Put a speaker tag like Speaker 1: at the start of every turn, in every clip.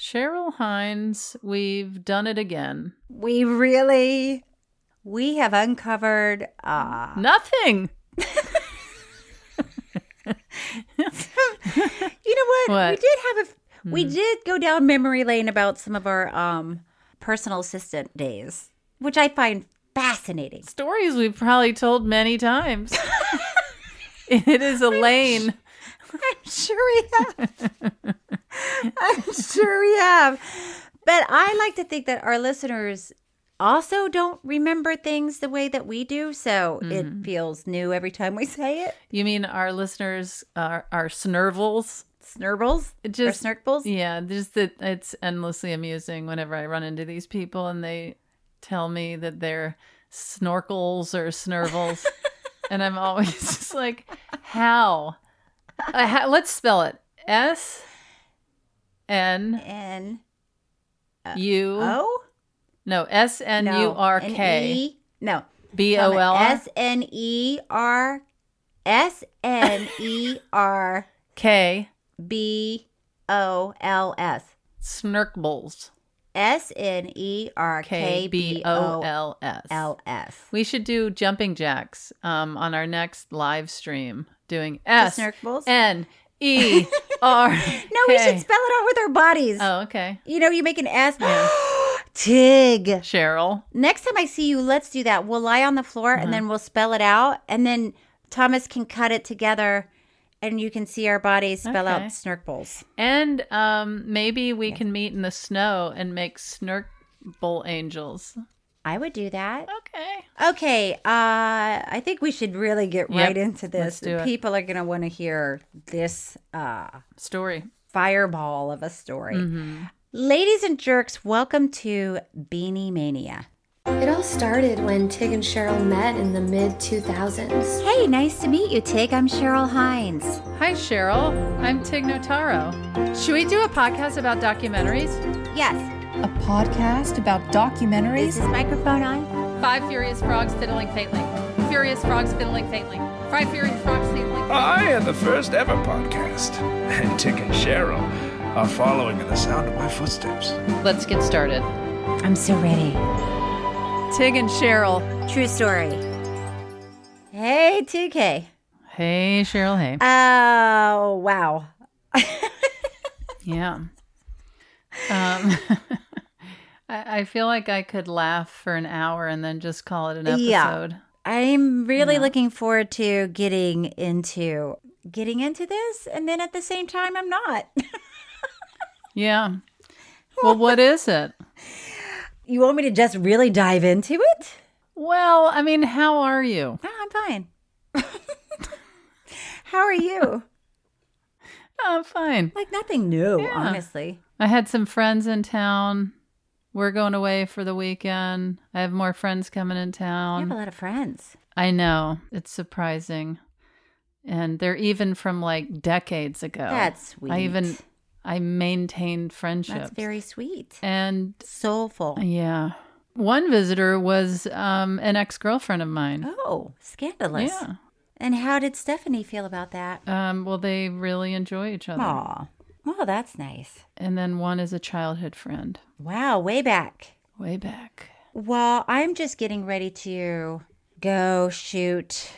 Speaker 1: Cheryl Hines, we've done it again.
Speaker 2: We really, we have uncovered uh,
Speaker 1: Nothing.
Speaker 2: You know what? We
Speaker 1: What?
Speaker 2: did have a we did go down memory lane about some of our um personal assistant days, which I find fascinating.
Speaker 1: Stories we've probably told many times. it is Elaine.
Speaker 2: I'm sure we have. I'm sure we have. But I like to think that our listeners also don't remember things the way that we do, so it feels new every time we say it.
Speaker 1: You mean our listeners are, are snervels?
Speaker 2: Snurbles
Speaker 1: It just-
Speaker 2: or snurkbles.
Speaker 1: Yeah, just that it's endlessly amusing whenever I run into these people and they tell me that they're snorkels or snervels. and I'm always just like, how? Uh, ha- let's spell it S N
Speaker 2: N
Speaker 1: U.
Speaker 2: O
Speaker 1: No, S N U
Speaker 2: No,
Speaker 1: R
Speaker 2: an
Speaker 1: K
Speaker 2: E- No.
Speaker 1: B O L R
Speaker 2: S N E R S N E R
Speaker 1: K
Speaker 2: B O L S.
Speaker 1: Snurkbles.
Speaker 2: S N E R
Speaker 1: K B O L S.
Speaker 2: L S.
Speaker 1: We should do jumping jacks um, on our next live stream doing S
Speaker 2: Snurkbles?
Speaker 1: N E R.
Speaker 2: No, we should spell it out with our bodies.
Speaker 1: Oh, okay.
Speaker 2: You know, you make an S. Tig.
Speaker 1: Cheryl.
Speaker 2: Next time I see you, let's do that. We'll lie on the floor
Speaker 1: Uh-huh.
Speaker 2: and then we'll spell it out. And then Thomas can cut it together and you can see our bodies spell out
Speaker 1: Okay.
Speaker 2: snurkbles.
Speaker 1: And um, maybe we can meet in the snow and make snurkle angels.
Speaker 2: I would do that.
Speaker 1: Okay.
Speaker 2: Okay, uh, I think we should really get
Speaker 1: Yep,
Speaker 2: right into this.
Speaker 1: let's do it.
Speaker 2: People are going to want to hear this uh,
Speaker 1: Story.
Speaker 2: fireball of a story.
Speaker 1: Mm-hmm.
Speaker 2: Ladies and jerks, welcome to Beanie Mania.
Speaker 3: It all started when Tig and Cheryl met in the mid 2000s.
Speaker 2: Hey, nice to meet you, Tig. I'm Cheryl Hines.
Speaker 1: Hi, Cheryl. I'm Tig Notaro. Should we do a podcast about documentaries?
Speaker 2: Yes,
Speaker 4: A podcast about documentaries?
Speaker 2: is this microphone on?
Speaker 1: Five Furious Frogs Fiddling Faintly. Furious Frogs Fiddling Faintly. Five Furious Frogs Fiddling
Speaker 5: I am the first ever podcast, and Tick and Cheryl are following in the sound of my footsteps.
Speaker 1: Let's get started.
Speaker 2: I'm so ready.
Speaker 1: Tig and Cheryl.
Speaker 2: True story. Hey, TK.
Speaker 1: Hey, Cheryl. Hey.
Speaker 2: Oh, wow.
Speaker 1: Yeah. Um, I, Um, I feel like I could laugh for an hour and then just call it an episode.
Speaker 2: Yeah. I'm really looking forward to getting into getting into this and then at the same time I'm not.
Speaker 1: Yeah. Well, what is it?
Speaker 2: You want me to just really dive into it?
Speaker 1: Well, I mean, how are you?
Speaker 2: No, I'm fine. How are you?
Speaker 1: I'm Uh, fine.
Speaker 2: Like nothing new, honestly.
Speaker 1: I had some friends in town. We're going away for the weekend. I have more friends coming in
Speaker 2: I have a
Speaker 1: town.
Speaker 2: lot of friends.
Speaker 1: I know. It's surprising. And they're even from like decades ago.
Speaker 2: That's sweet.
Speaker 1: I even I maintained friendships.
Speaker 2: That's very sweet.
Speaker 1: and
Speaker 2: Soulful.
Speaker 1: yeah. One visitor was um, an ex girlfriend of mine.
Speaker 2: Oh, scandalous.
Speaker 1: yeah.
Speaker 2: And how did Stephanie feel about that?
Speaker 1: Um, well, they really enjoy each other.
Speaker 2: Aw. Oh, that's nice.
Speaker 1: And then one is a childhood friend
Speaker 2: Wow, way back.
Speaker 1: way back.
Speaker 2: Well, I'm just getting ready to go shoot.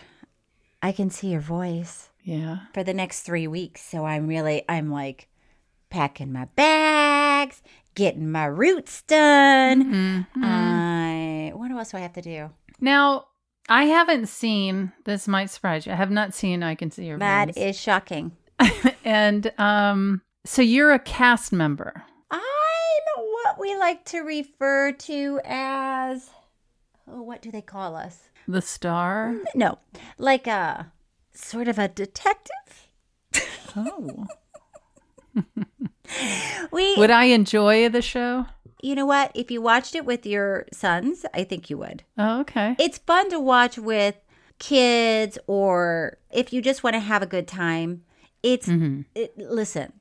Speaker 2: I can see your voice
Speaker 1: Yeah.
Speaker 2: for the next three weeks. So I'm really, I'm like packing my bags, getting my roots done.
Speaker 1: Mm-hmm.
Speaker 2: I, what else do I have to do?
Speaker 1: Now, I haven't seen this might surprise you. I have not seen I Can See Your
Speaker 2: That
Speaker 1: Voice.
Speaker 2: is shocking.
Speaker 1: and um so you're a cast member.
Speaker 2: I'm what we like to refer to as, oh, what do they call us?
Speaker 1: The star.
Speaker 2: No, like a sort of a detective.
Speaker 1: Oh.
Speaker 2: We
Speaker 1: Would I enjoy the show?
Speaker 2: You know what? If you watched it with your sons, I think you would.
Speaker 1: Oh, okay.
Speaker 2: It's fun to watch with kids or if you just want to have a good time. It's
Speaker 1: Mm-hmm.
Speaker 2: it, listen,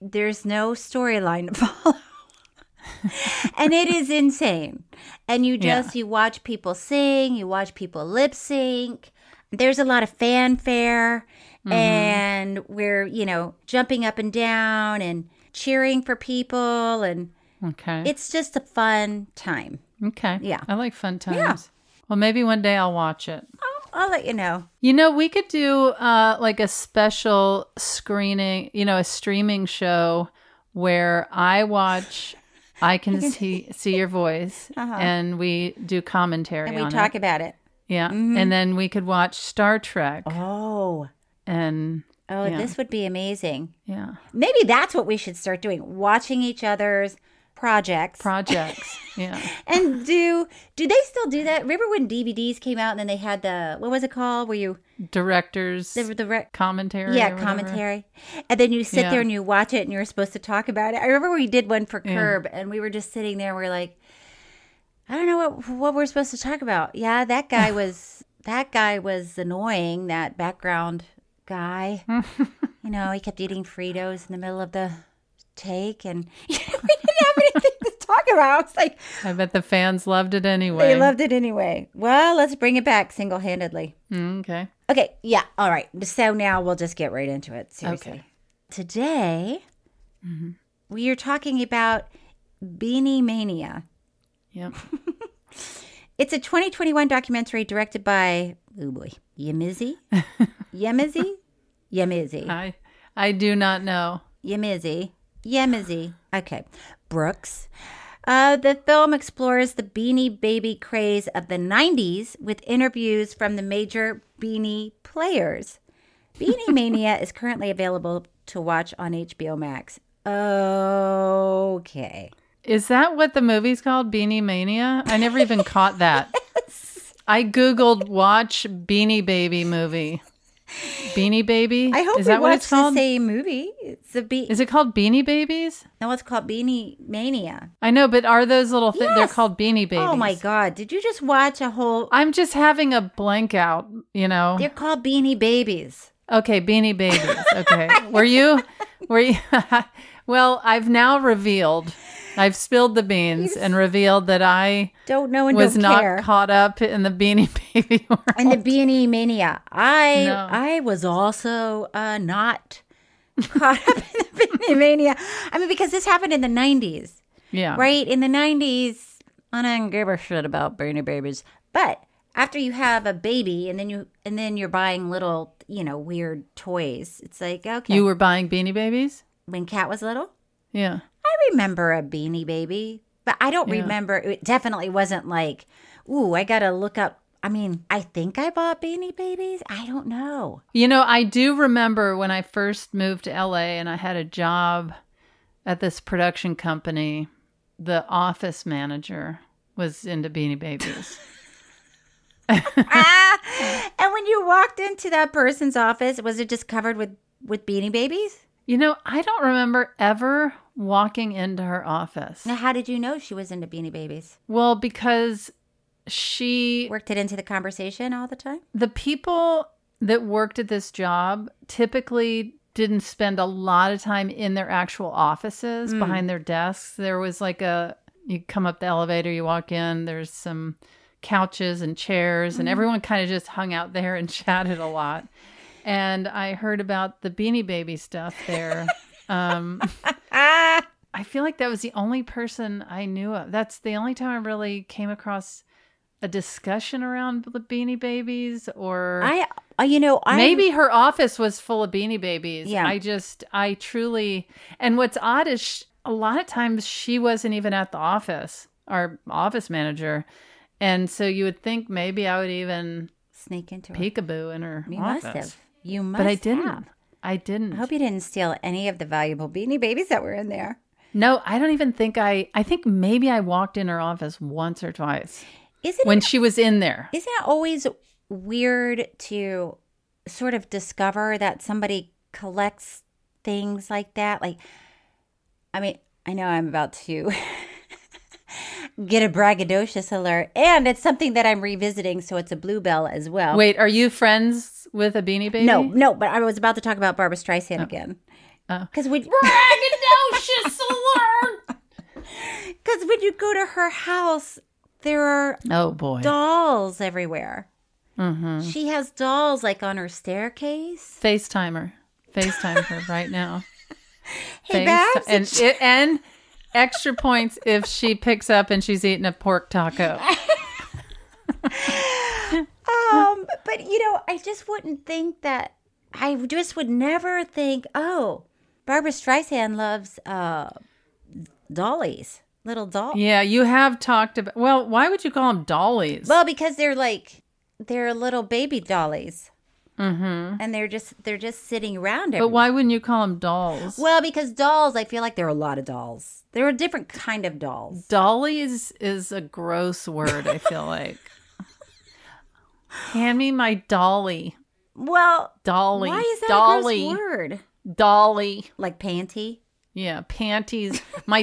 Speaker 2: there's no storyline to follow. and it is insane. And you
Speaker 1: Yeah.
Speaker 2: just you watch people sing, you watch people lip sync. There's a lot of fanfare
Speaker 1: Mm-hmm.
Speaker 2: and we're, you know, jumping up and down and cheering for people and
Speaker 1: Okay.
Speaker 2: it's just a fun time.
Speaker 1: okay.
Speaker 2: yeah.
Speaker 1: I like fun times. Well, maybe one day I'll watch it.
Speaker 2: I'll, I'll let you know.
Speaker 1: You know, we could do uh, like a special screening, you know, a streaming show where I watch I Can See, see Your Voice and we do commentary
Speaker 2: Uh-huh. And we
Speaker 1: on
Speaker 2: talk Mm-hmm.
Speaker 1: it.
Speaker 2: about it.
Speaker 1: Yeah. And then we could watch Star Trek
Speaker 2: Oh.
Speaker 1: and
Speaker 2: Oh,
Speaker 1: Yeah.
Speaker 2: this would be amazing.
Speaker 1: yeah,
Speaker 2: Maybe that's what we should start doing watching each other's projects.
Speaker 1: projects. yeah.
Speaker 2: and do do they still do that? Remember when DVDs came out and then they had the what was it called? Where you
Speaker 1: Directors
Speaker 2: the, the re-
Speaker 1: commentary. or
Speaker 2: yeah
Speaker 1: whatever.
Speaker 2: commentary, and then you sit
Speaker 1: Yeah.
Speaker 2: there and you watch it and you're supposed to talk about it. I remember we did one for Curb and we were just sitting there. and we're like, I don't know what what we're supposed to talk about. Yeah, that guy was that guy was annoying. That background guy. you know, he kept eating Fritos in the middle of the take, and we didn't have anything to talk about. It's like
Speaker 1: I bet the fans loved it anyway.
Speaker 2: they loved it anyway. Well, let's bring it back single handedly.
Speaker 1: Mm, okay.
Speaker 2: Okay, yeah, all right. So now we'll just get right into it. Seriously.
Speaker 1: Okay.
Speaker 2: Today, we are talking about Beanie Mania.
Speaker 1: Yep.
Speaker 2: It's a 2021 documentary directed by, oh boy, Yemizzy? Yemizzy? Yemizzy.
Speaker 1: I I do not know.
Speaker 2: Yemizzy. Yemizzy. Okay. Brooks. Uh, the film explores the beanie baby craze of the 90s with interviews from the major beanie players. Beanie Mania is currently available to watch on HBO Max. Okay.
Speaker 1: Is that what the movie's called? Beanie Mania? I never even caught that. I Googled watch Beanie Baby movie. Beanie Baby?
Speaker 2: I hope
Speaker 1: Is
Speaker 2: we
Speaker 1: that what
Speaker 2: watch
Speaker 1: it's
Speaker 2: the
Speaker 1: called?
Speaker 2: same movie. It's a be-
Speaker 1: Is it called Beanie Babies?
Speaker 2: no, it's called Beanie Mania.
Speaker 1: I know, but are those little things? They're
Speaker 2: Yes.
Speaker 1: called Beanie Babies.
Speaker 2: Oh my god! Did you just watch a whole?
Speaker 1: I'm just having a blank out, you know?
Speaker 2: They're called Beanie Babies.
Speaker 1: Okay, Beanie Babies. Okay. were you, were you, well, I've now revealed, I've spilled the beans and revealed that I
Speaker 2: Don't know and
Speaker 1: was
Speaker 2: don't
Speaker 1: not
Speaker 2: care.
Speaker 1: caught up in the Beanie Baby world.
Speaker 2: and the Beanie Mania. I
Speaker 1: No.
Speaker 2: I was also uh, not caught up in the Beanie Mania. I mean, because this happened in the nineties,
Speaker 1: Yeah.
Speaker 2: right? In the nineties, I didn't give a shit about Beanie Babies. But after you have a baby, and then you and then you're buying little, you know, weird toys. It's like okay,
Speaker 1: You were buying Beanie Babies?
Speaker 2: when Cat was little.
Speaker 1: Yeah.
Speaker 2: I remember a beanie baby, but I don't
Speaker 1: Yeah.
Speaker 2: remember. It definitely wasn't like, ooh, I got to look up. I mean, I think I bought beanie babies. I don't know.
Speaker 1: You know, I do remember when I first moved to LA and I had a job at this production company, the office manager was into Beanie Babies.
Speaker 2: ah! And when you walked into that person's office, was it just covered with, with beanie babies?
Speaker 1: you know, I don't remember ever walking into her office.
Speaker 2: Now, how did you know she was into beanie babies?
Speaker 1: Well, because she,
Speaker 2: Worked it into the conversation all the time?
Speaker 1: the people that worked at this job typically didn't spend a lot of time in their actual offices behind their desks. There was like a you come up the elevator, you walk in, there's some couches and chairs, and everyone kind of just hung out there and chatted a lot. And I heard about the Beanie Baby stuff there. um, I feel like that was the only person I knew of. That's the only time I really came across a discussion around the Beanie Babies or
Speaker 2: I, uh, you know, I
Speaker 1: Maybe her office was full of beanie babies.
Speaker 2: Yeah.
Speaker 1: I just, I truly, and what's odd is sh a lot of times she wasn't even at the office, our office manager. And so you would think maybe I would even
Speaker 2: sneak into it.
Speaker 1: peekaboo in her
Speaker 2: You
Speaker 1: office.
Speaker 2: must have. You must.
Speaker 1: But I didn't.
Speaker 2: have.
Speaker 1: I didn't.
Speaker 2: I hope you didn't steal any of the valuable Beanie Babies that were in there.
Speaker 1: no, I don't even think I, I think maybe I walked in her office once or twice
Speaker 2: Isn't
Speaker 1: when
Speaker 2: it,
Speaker 1: she was in there.
Speaker 2: isn't it always weird to sort of discover that somebody collects things like that? Like, I mean, I know I'm about to get a braggadocious alert, and it's something that I'm revisiting, so it's a bluebell as well.
Speaker 1: Wait, are you friends with a beanie baby?
Speaker 2: No, no, but I was about to talk about Barbara Streisand again.
Speaker 1: Oh.
Speaker 2: Because would
Speaker 1: Braggadocious alert!
Speaker 2: because when you go to her house, there are
Speaker 1: Oh boy.
Speaker 2: dolls everywhere.
Speaker 1: Mm-hmm.
Speaker 2: She has dolls like on her staircase.
Speaker 1: FaceTimer. FaceTime her right now.
Speaker 2: Hey,
Speaker 1: Face-
Speaker 2: Babs,
Speaker 1: And, it, and extra points if she picks up and she's eating a pork taco.
Speaker 2: Um, but you know, I just wouldn't think that. I just would never think. Oh, Barbara Streisand loves uh, dollies, little dolls.
Speaker 1: Yeah, you have talked about. Well, why would you call them dollies?
Speaker 2: Well, because they're like they're little baby dollies,
Speaker 1: mm-hmm.
Speaker 2: and they're just they're just sitting around.
Speaker 1: But
Speaker 2: everywhere.
Speaker 1: why wouldn't you call them dolls?
Speaker 2: Well, because dolls, I feel like there are a lot of dolls. There are different kind of dolls.
Speaker 1: dollies is a gross word, I feel like. Hand me my dolly.
Speaker 2: Well,
Speaker 1: Dolly.
Speaker 2: why is that
Speaker 1: dolly.
Speaker 2: a gross word?
Speaker 1: Dolly.
Speaker 2: Like panty.
Speaker 1: Yeah, panties. My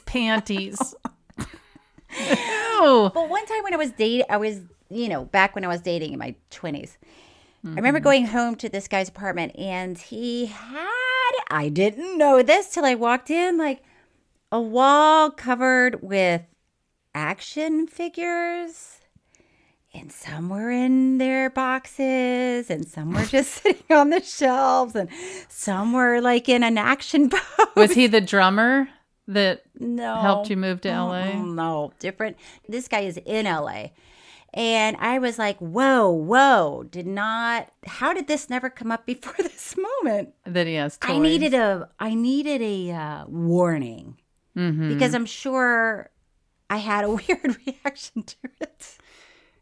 Speaker 1: panties. Ew.
Speaker 2: But one time when I was dating, I was you know back when I was dating in my 20s I remember going home to this guy's apartment, and he had I didn't know this till I walked in like a wall covered with action figures. And some were in their boxes, and some were just sitting on the shelves, and some were like in an action pose.
Speaker 1: Was he the drummer that
Speaker 2: No.
Speaker 1: helped you move to LA?
Speaker 2: Mm-mm, No, different. This guy is in LA. And I was like, whoa, whoa, did not, how did this never come up before this moment?
Speaker 1: that he has toys?
Speaker 2: I needed a, I needed a uh, warning
Speaker 1: Mhm.
Speaker 2: because I'm sure I had a weird reaction to it.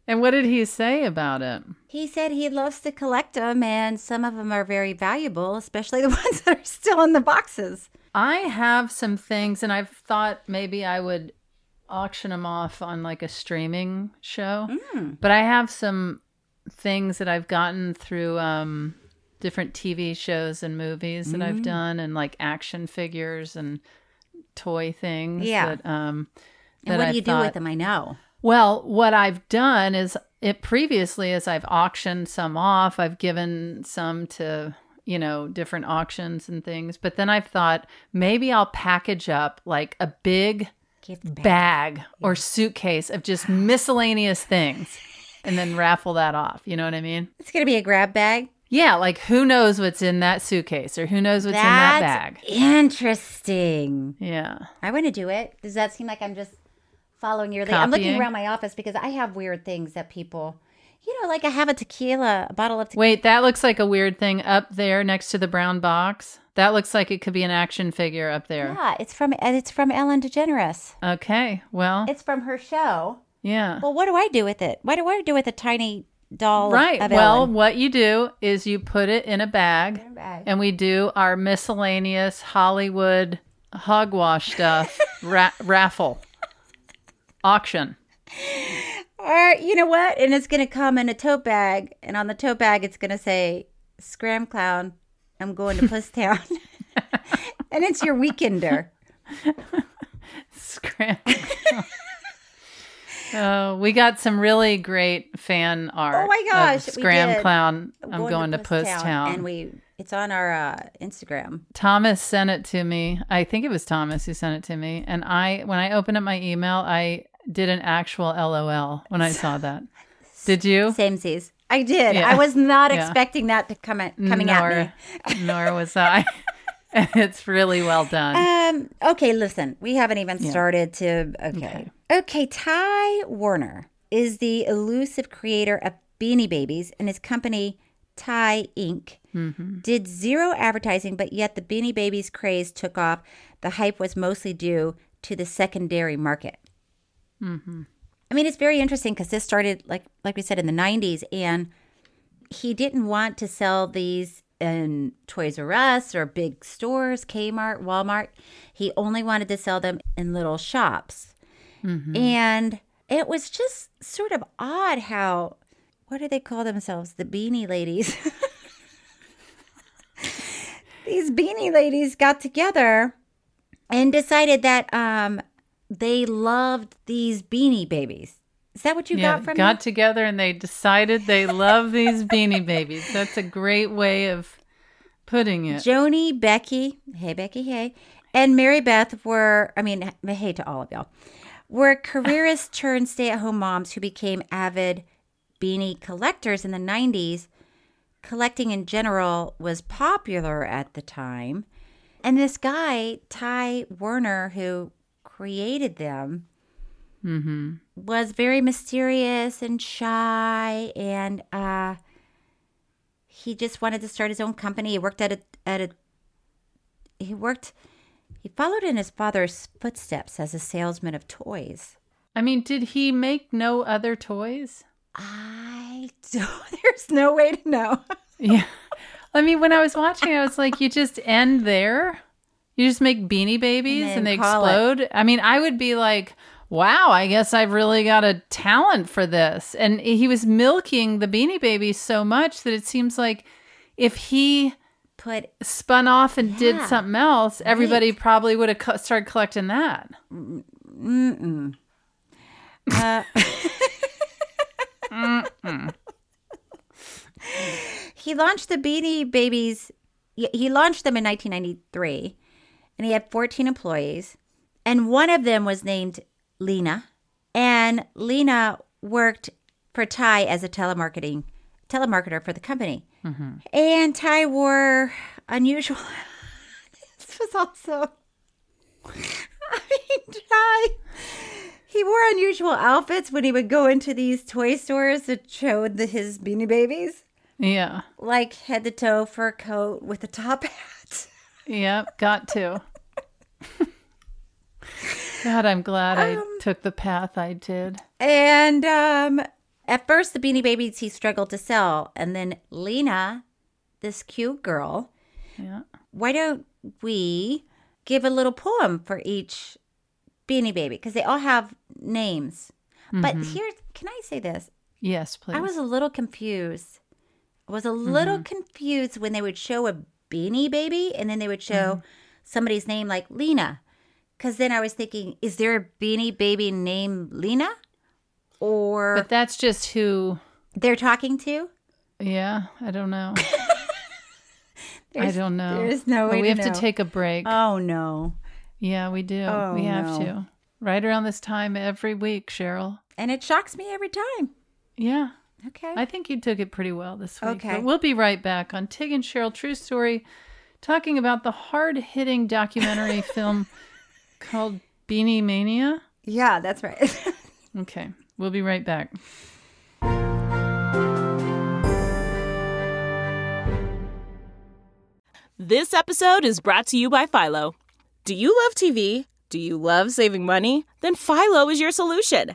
Speaker 1: And what did he say about it?
Speaker 2: He said he loves to collect them and some of them are very valuable, especially the ones that are still in the boxes.
Speaker 1: I have some things, and I've thought maybe I would auction them off on like a streaming show. But I have some things that I've gotten through um, different TV shows and movies that I've done, and like action figures and toy things.
Speaker 2: Yeah.
Speaker 1: That, um,
Speaker 2: And
Speaker 1: that
Speaker 2: what
Speaker 1: I
Speaker 2: do you do
Speaker 1: thought-
Speaker 2: with them? I know.
Speaker 1: Well, what I've done is it previously is I've auctioned some off. I've given some to, you know, different auctions and things. But then I've thought maybe I'll package up like a big
Speaker 2: Gift
Speaker 1: bag or suitcase of just miscellaneous things and then raffle that off. You know what I mean?
Speaker 2: It's going to be a grab bag.
Speaker 1: Yeah, like who knows what's in that suitcase or who knows what's in that bag.
Speaker 2: Interesting.
Speaker 1: Yeah.
Speaker 2: I want to do it. Does that seem like I'm just following your lead? I'm
Speaker 1: Copying?
Speaker 2: looking around my office because I have weird things that people, you know, like I have a tequila, a bottle of tequila.
Speaker 1: Wait, that looks like a weird thing up there next to the brown box. That looks like it could be an action figure up there.
Speaker 2: Yeah, it's from and it's from Ellen DeGeneres.
Speaker 1: Okay. Well,
Speaker 2: It's from her show.
Speaker 1: yeah.
Speaker 2: Well, what do I do with it? What do I do with a tiny doll?
Speaker 1: right.
Speaker 2: Of
Speaker 1: well,
Speaker 2: Ellen?
Speaker 1: what you do is you put it in a bag,
Speaker 2: bag.
Speaker 1: and we do our miscellaneous Hollywood hogwash stuff ra- raffle auction.
Speaker 2: or you know what? And it's gonna come in a tote bag, and on the tote bag, it's gonna say "Scram Clown, I'm going to Puss Town," and it's your weekender.
Speaker 1: Scram. Uh, we got some really great fan art.
Speaker 2: Oh my
Speaker 1: of
Speaker 2: gosh, we
Speaker 1: Scram
Speaker 2: did.
Speaker 1: Clown! I'm going, to Puss Town.
Speaker 2: and we it It's on our uh, Instagram.
Speaker 1: Thomas sent it to me. I think it was Thomas who sent it to me. And I, when I opened up my email, I did an actual LOL when I saw that. Did you?
Speaker 2: Samesies. I did.
Speaker 1: Yeah.
Speaker 2: I was not
Speaker 1: Yeah.
Speaker 2: expecting that to come at, coming at
Speaker 1: me. nor was I. And it's really well done.
Speaker 2: me. Um, okay, listen. We haven't even started to. Okay.
Speaker 1: Okay.
Speaker 2: okay. Ty Warner is the elusive creator of Beanie Babies, and his company, Ty Inc., did zero advertising, but yet the Beanie Babies craze took off. The hype was mostly due to the secondary market. I mean, it's very interesting because this started like like we said in the '90s, and he didn't want to sell these in Toys R Us or big stores, Kmart, Walmart. He only wanted to sell them in little shops, and it was just sort of odd how what do they call themselves? The beanie ladies. these beanie ladies got together and decided that um they loved these beanie babies. Is that what you
Speaker 1: yeah,
Speaker 2: got from
Speaker 1: got
Speaker 2: me?
Speaker 1: together and they decided they love these beanie babies. That's a great way of putting it.
Speaker 2: Joni, Becky, hey Becky, hey, and Mary Beth were I mean hey to all of y'all. Were careerist turned stay-at-home moms who became avid beanie collectors in the 90s. Collecting in general was popular at the time. And this guy, Ty Werner, who created them, was very mysterious and shy. And uh, he just wanted to start his own company. He worked at a, at a, he worked, he followed in his father's footsteps as a salesman of toys.
Speaker 1: I mean, did he make no other toys?
Speaker 2: I don't, there's no way to know.
Speaker 1: Yeah. I mean, when I was watching, I was like, you just end there. You just make beanie babies
Speaker 2: And
Speaker 1: and,
Speaker 2: then
Speaker 1: they
Speaker 2: call it.
Speaker 1: explode. I mean, I would be like, wow, I guess I've really got a talent for this. And he was milking the beanie babies so much that it seems like if he
Speaker 2: Put
Speaker 1: spun off and did
Speaker 2: Yeah.
Speaker 1: something else, everybody
Speaker 2: Right.
Speaker 1: probably would have co- started collecting that.
Speaker 2: Uh, He launched the Beanie Babies. y- He launched them in 1993, and he had 14 employees, and one of them was named Lena, and Lena worked for Ty as a telemarketing telemarketer for the company, and Ty wore unusual. this was also. I mean, Ty. He wore unusual outfits when he would go into these toy stores to show the, his beanie babies
Speaker 1: Yeah.
Speaker 2: like head to toe fur coat with a top hat.
Speaker 1: Yep. Got to. God, I'm glad
Speaker 2: Um,
Speaker 1: I took the path I did.
Speaker 2: And um, at first, the Beanie Babies he struggled to sell, and then Lena, this cute girl.
Speaker 1: Yeah.
Speaker 2: Why don't we give a little poem for each Beanie Baby because they all have names. But here, can I say this?
Speaker 1: Yes, please. Mm-hmm.
Speaker 2: I was a little confused. I was a little confused when they would show a beanie baby and then they would show
Speaker 1: Mm-hmm.
Speaker 2: somebody's name like Lena. Because then I was thinking, is there a beanie baby named Lena? Or
Speaker 1: But that's just who.
Speaker 2: they're talking to?
Speaker 1: Yeah, I don't know. I
Speaker 2: There's-
Speaker 1: don't know.
Speaker 2: there's no
Speaker 1: But
Speaker 2: way
Speaker 1: we
Speaker 2: to
Speaker 1: have
Speaker 2: know.
Speaker 1: to take a break.
Speaker 2: Oh, no.
Speaker 1: yeah, we do.
Speaker 2: Oh,
Speaker 1: we have
Speaker 2: no.
Speaker 1: to. Right around this time every week, Cheryl.
Speaker 2: And it shocks me every time.
Speaker 1: Yeah,
Speaker 2: Okay.
Speaker 1: I think you took it pretty well this week.
Speaker 2: Okay.
Speaker 1: But we'll be right back on Tig and Cheryl True Story, talking about the hard-hitting documentary film called Beanie Mania.
Speaker 2: yeah, that's right.
Speaker 1: Okay, we'll be right back.
Speaker 6: This episode is brought to you by Philo. Do you love TV? Do you love saving money? Then Philo is your solution.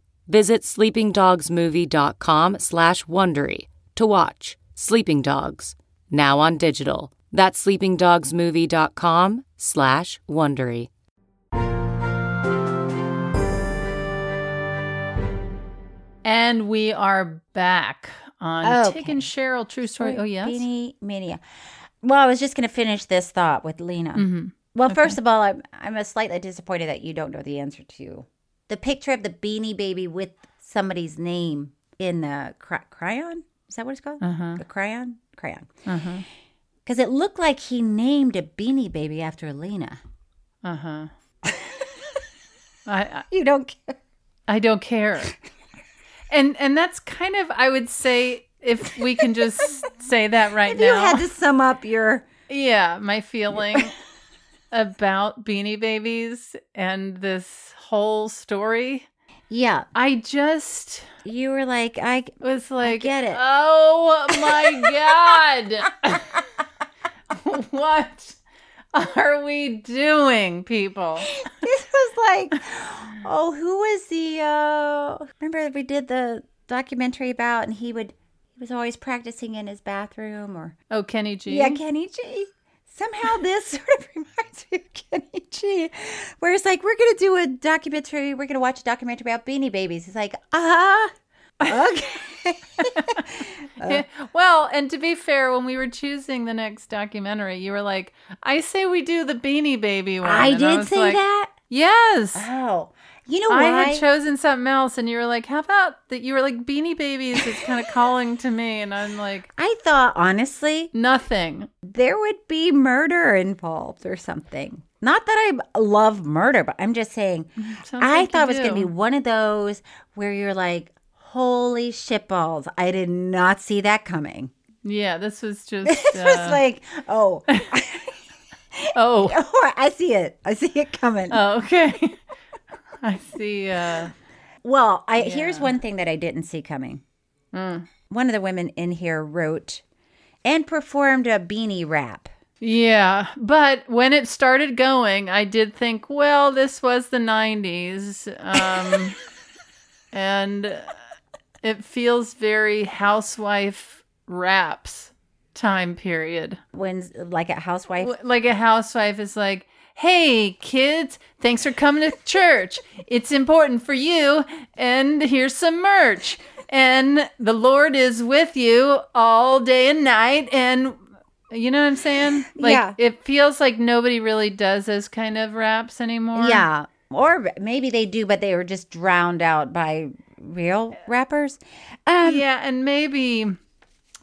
Speaker 7: Visit sleepingdogsmovie.com slash Wondery to watch Sleeping Dogs, now on digital. That's sleepingdogsmovie.com slash Wondery.
Speaker 1: And we are back on Tick
Speaker 2: Okay.
Speaker 1: and Cheryl True Story. Oh, yes.
Speaker 2: Beanie Mania. Well, I was just going to finish this thought with Lena.
Speaker 1: hmm
Speaker 2: Well, first of all, I'm I'm a slightly disappointed that you don't know the answer to the picture of the Beanie Baby with somebody's name in the cry- crayon. Is that what it's called?
Speaker 1: Uh-huh.
Speaker 2: The crayon, crayon.
Speaker 1: Uh-huh.
Speaker 2: Because it looked like he named a Beanie Baby after Lena.
Speaker 1: Uh-huh. I, I
Speaker 2: You don't care.
Speaker 1: I don't care. And and that's kind of I would say if we can just say that right
Speaker 2: If
Speaker 1: now.
Speaker 2: you had to sum up your
Speaker 1: Yeah, my feeling about Beanie Babies and this whole story.
Speaker 2: yeah,
Speaker 1: I just
Speaker 2: you were like I
Speaker 1: was like,
Speaker 2: get it.
Speaker 1: Oh my God. what are we doing, people?
Speaker 2: this was like oh who was the uh remember that we did the documentary about and he would he was always practicing in his bathroom or
Speaker 1: Oh, Kenny G.
Speaker 2: yeah kenny g somehow this sort of reminds me of kenny g where it's like we're gonna do a documentary we're gonna watch a documentary about beanie babies it's like uh okay Uh,
Speaker 1: Yeah. Well, and to be fair, when we were choosing the next documentary, you were like, I say we do the Beanie Baby one.
Speaker 2: i
Speaker 1: And
Speaker 2: did
Speaker 1: was
Speaker 2: say
Speaker 1: like,
Speaker 2: that
Speaker 1: Yes.
Speaker 2: oh you know
Speaker 1: I
Speaker 2: why
Speaker 1: had chosen something else, and you were like, "How about that?" You were like, "Beanie Babies is kind of calling to me," and I'm like,
Speaker 2: i thought honestly
Speaker 1: "Nothing."
Speaker 2: there would be murder involved or something. Not that I love murder, but I'm just saying
Speaker 1: Mm, sounds
Speaker 2: I
Speaker 1: like
Speaker 2: thought it
Speaker 1: you
Speaker 2: was going to
Speaker 1: do.
Speaker 2: be one of those where you're like, holy shitballs, I did not see that coming.
Speaker 1: Yeah, this was just
Speaker 2: This
Speaker 1: uh,
Speaker 2: was like, oh,
Speaker 1: oh,
Speaker 2: I see it. I see it coming.
Speaker 1: oh, okay. I see. Uh,
Speaker 2: well, I here's
Speaker 1: yeah.
Speaker 2: one thing that I didn't see coming.
Speaker 1: mm.
Speaker 2: One of the women in here wrote and performed a beanie rap.
Speaker 1: Yeah, but when it started going, I did think, well, this was the '90s, um, and it feels very housewife raps time period.
Speaker 2: When like a housewife
Speaker 1: W- like a housewife is like hey kids thanks for coming to church it's important for you and here's some merch and the lord is with you all day and night and you know what i'm saying like
Speaker 2: Yeah.
Speaker 1: it feels like nobody really does those kind of raps anymore
Speaker 2: Yeah. Or maybe they do, but they were just drowned out by real rappers. Um,
Speaker 1: yeah and maybe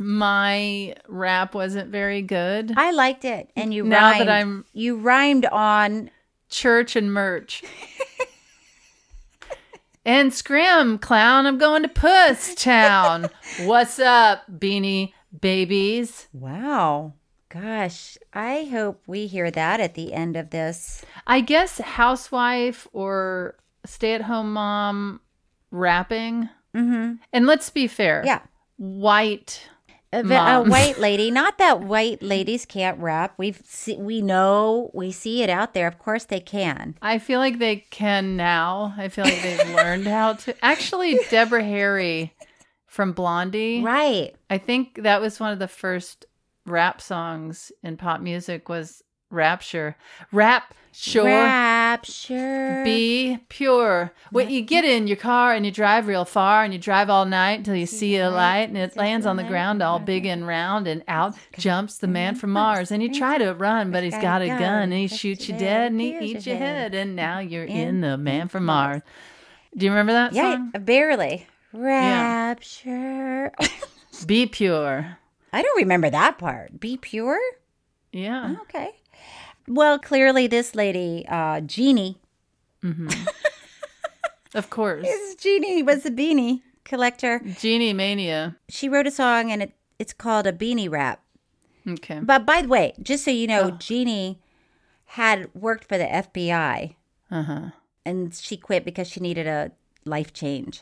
Speaker 1: my rap wasn't very good
Speaker 2: I liked it. And you
Speaker 1: Now
Speaker 2: rhymed,
Speaker 1: that I'm-
Speaker 2: you rhymed on
Speaker 1: church and merch. and scrim, clown, I'm going to Puss Town. What's up, beanie babies?
Speaker 2: wow. Gosh, I hope we hear that at the end of this.
Speaker 1: I guess housewife or stay at home mom rapping.
Speaker 2: Mm-hmm.
Speaker 1: And let's be fair.
Speaker 2: Yeah.
Speaker 1: White.
Speaker 2: A, ve- a
Speaker 1: Mom.
Speaker 2: white lady, not that white ladies can't rap. We've se- we know we see it out there. Of course they can.
Speaker 1: I feel like they can now. I feel like they've learned how to. Actually, Deborah Harry from Blondie.
Speaker 2: Right.
Speaker 1: I think that was one of the first rap songs in pop music was Rapture. Rapture.
Speaker 2: Rapture. Rapture.
Speaker 1: Be pure. When you get in your car and you drive real far and you drive all night until you see a light and it lands on the ground all big and round and out jumps the man from Mars and you try to run but he's got a gun and he shoots you dead and he eats your head and now you're in the man from Mars. Do you remember that
Speaker 2: yeah,
Speaker 1: song?
Speaker 2: barely. Rapture.
Speaker 1: Be pure.
Speaker 2: I don't remember that part. Be pure? Oh,
Speaker 1: Yeah.
Speaker 2: Okay. Well, clearly this lady, uh, Jeannie,
Speaker 1: Of course.
Speaker 2: this Jeannie was the beanie collector.
Speaker 1: Genie mania.
Speaker 2: She wrote a song and it, it's called a beanie rap.
Speaker 1: Okay.
Speaker 2: But by the way, just so you know, Jeannie had worked for the FBI
Speaker 1: Uh-huh.
Speaker 2: and she quit because she needed a life change.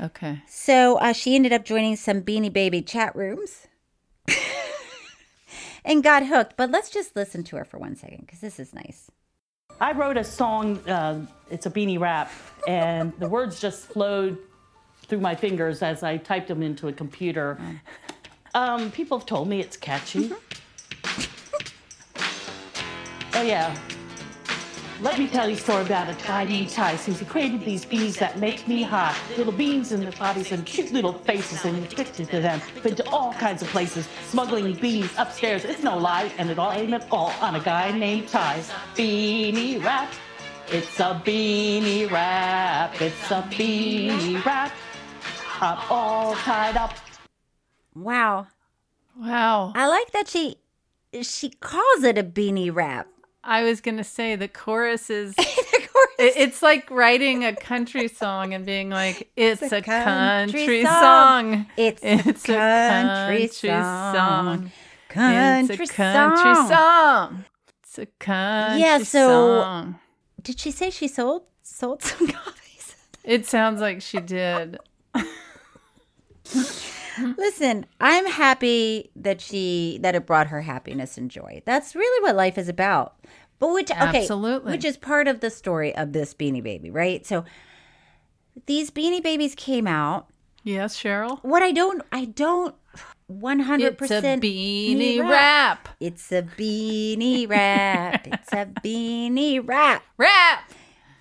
Speaker 1: Okay.
Speaker 2: So uh, she ended up joining some Beanie Baby chat rooms and got hooked. But let's just listen to her for one second because this is nice.
Speaker 8: I wrote a song, uh, it's a beanie rap, and the words just flowed through my fingers as I typed them into a computer. Um, people have told me it's catchy. oh, yeah. Let me tell you a story about a Chinese heist who's created these bees that make me hot. Little beans in their bodies and cute little faces, and you're addicted to them. Been to all kinds of places, smuggling bees upstairs. It's no lie, and it all ain't at all on a guy named Ty. Beanie rap. It's a beanie rap. It's a beanie rap. I'm all tied up.
Speaker 2: Wow.
Speaker 1: Wow.
Speaker 2: I like that she she calls it a beanie rap.
Speaker 1: I was going to say the chorus is
Speaker 2: Of course.
Speaker 1: It- It's like writing a country song and being like, it's, a, country,
Speaker 2: song.
Speaker 1: song.
Speaker 2: It's a country song. Country,
Speaker 1: it's a country
Speaker 2: song.
Speaker 1: song. It's a country
Speaker 2: Yeah, so-
Speaker 1: song.
Speaker 2: Did she say she sold sold some copies?
Speaker 1: It sounds like she did.
Speaker 2: Mm. Listen, I'm happy that she that it brought her happiness and joy. That's really what life is about. But which okay,
Speaker 1: Absolutely.
Speaker 2: which is part of the story of this Beanie Baby, right? So these Beanie Babies came out.
Speaker 1: Yes, Cheryl?
Speaker 2: What I don't, I don't, one hundred
Speaker 1: It's a
Speaker 2: percent
Speaker 1: beanie rap.
Speaker 2: It's a beanie rap. it's a beanie rap.
Speaker 1: Rap!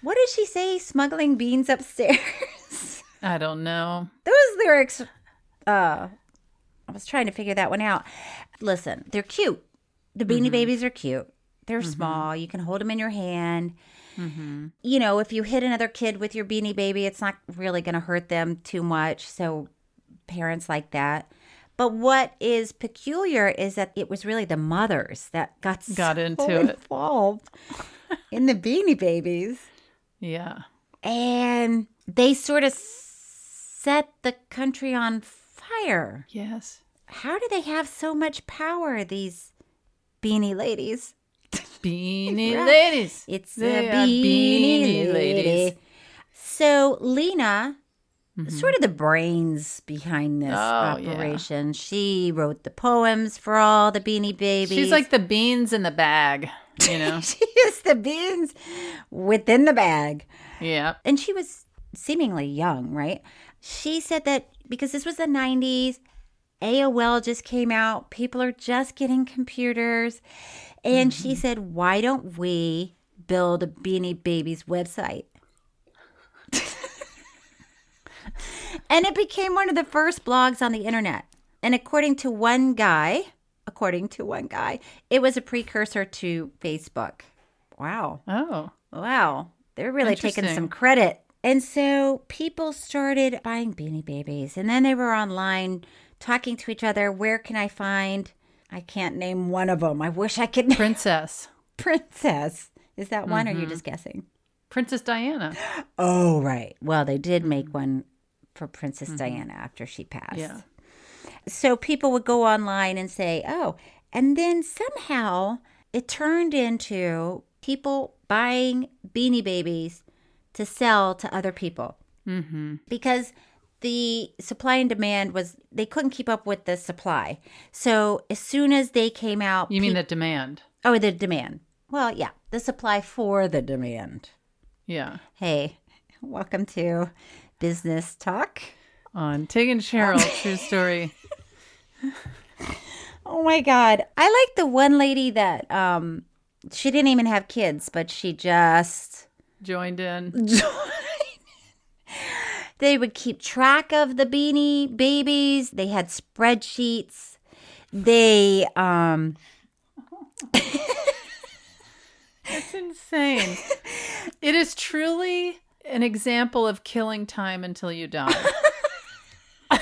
Speaker 2: What does she say? Smuggling beans upstairs.
Speaker 1: I don't know.
Speaker 2: Those lyrics. Uh, I was trying to figure that one out. Listen, they're cute. The
Speaker 1: Mm-hmm.
Speaker 2: beanie babies are cute. They're small. You can hold them in your hand.
Speaker 1: Mm-hmm.
Speaker 2: You know, if you hit another kid with your beanie baby, it's not really going to hurt them too much. So, parents like that. But what is peculiar is that it was really the mothers that got,
Speaker 1: Got
Speaker 2: so
Speaker 1: into it.
Speaker 2: involved in the beanie babies
Speaker 1: Yeah.
Speaker 2: and they sort of set the country on fire.
Speaker 1: Yes.
Speaker 2: How do they have so much power, these beanie ladies?
Speaker 1: Beanie
Speaker 2: Rap.
Speaker 1: ladies.
Speaker 2: It's
Speaker 1: They
Speaker 2: the
Speaker 1: are
Speaker 2: beanie, lady. So Lena, sort of the brains behind this
Speaker 1: Mm-hmm. Oh, yeah.
Speaker 2: operation, she wrote the poems for all the beanie babies.
Speaker 1: She's like the beans in the bag, you know?
Speaker 2: she is the beans within the bag.
Speaker 1: yeah.
Speaker 2: and she was seemingly young, right? She said that because this was the 90s, AOL just came out, people are just getting computers. And she said, Why don't we build a Beanie Babies website? and it became one of the first blogs on the internet. And according to one guy, according to one guy, it was a precursor to Facebook. Wow.
Speaker 1: Oh.
Speaker 2: Wow, they're really taking
Speaker 1: Interesting.
Speaker 2: some credit. And so people started buying beanie babies, and then they were online talking to each other. Where can I find? I can't name one of them. I wish I could. name
Speaker 1: Princess.
Speaker 2: Princess. Is that one, or are you just guessing?
Speaker 1: Princess Diana.
Speaker 2: Oh, right. Well, they did make one for Princess Diana after she passed.
Speaker 1: Mm-hmm. Yeah.
Speaker 2: So people would go online and say, oh, and then somehow it turned into people buying beanie babies to sell to other people. Mm-hmm. Because the supply and demand was, they couldn't keep up with the supply. So as soon as they came out,
Speaker 1: You mean
Speaker 2: peop-
Speaker 1: the demand?
Speaker 2: oh, the demand. Well, yeah, the supply for the demand.
Speaker 1: Yeah.
Speaker 2: Hey, welcome to Business Talk.
Speaker 1: On Tig and Cheryl, true story.
Speaker 2: Oh my god. I like the one lady that um she didn't even have kids, but she just
Speaker 1: joined in.
Speaker 2: They would keep track of the beanie babies. They had spreadsheets. They um
Speaker 1: That's insane. it is truly an example of killing time until you die.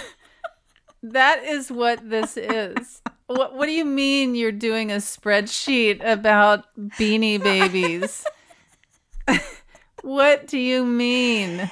Speaker 1: that is what this is. What what do you mean you're doing a spreadsheet about beanie babies? what do you mean?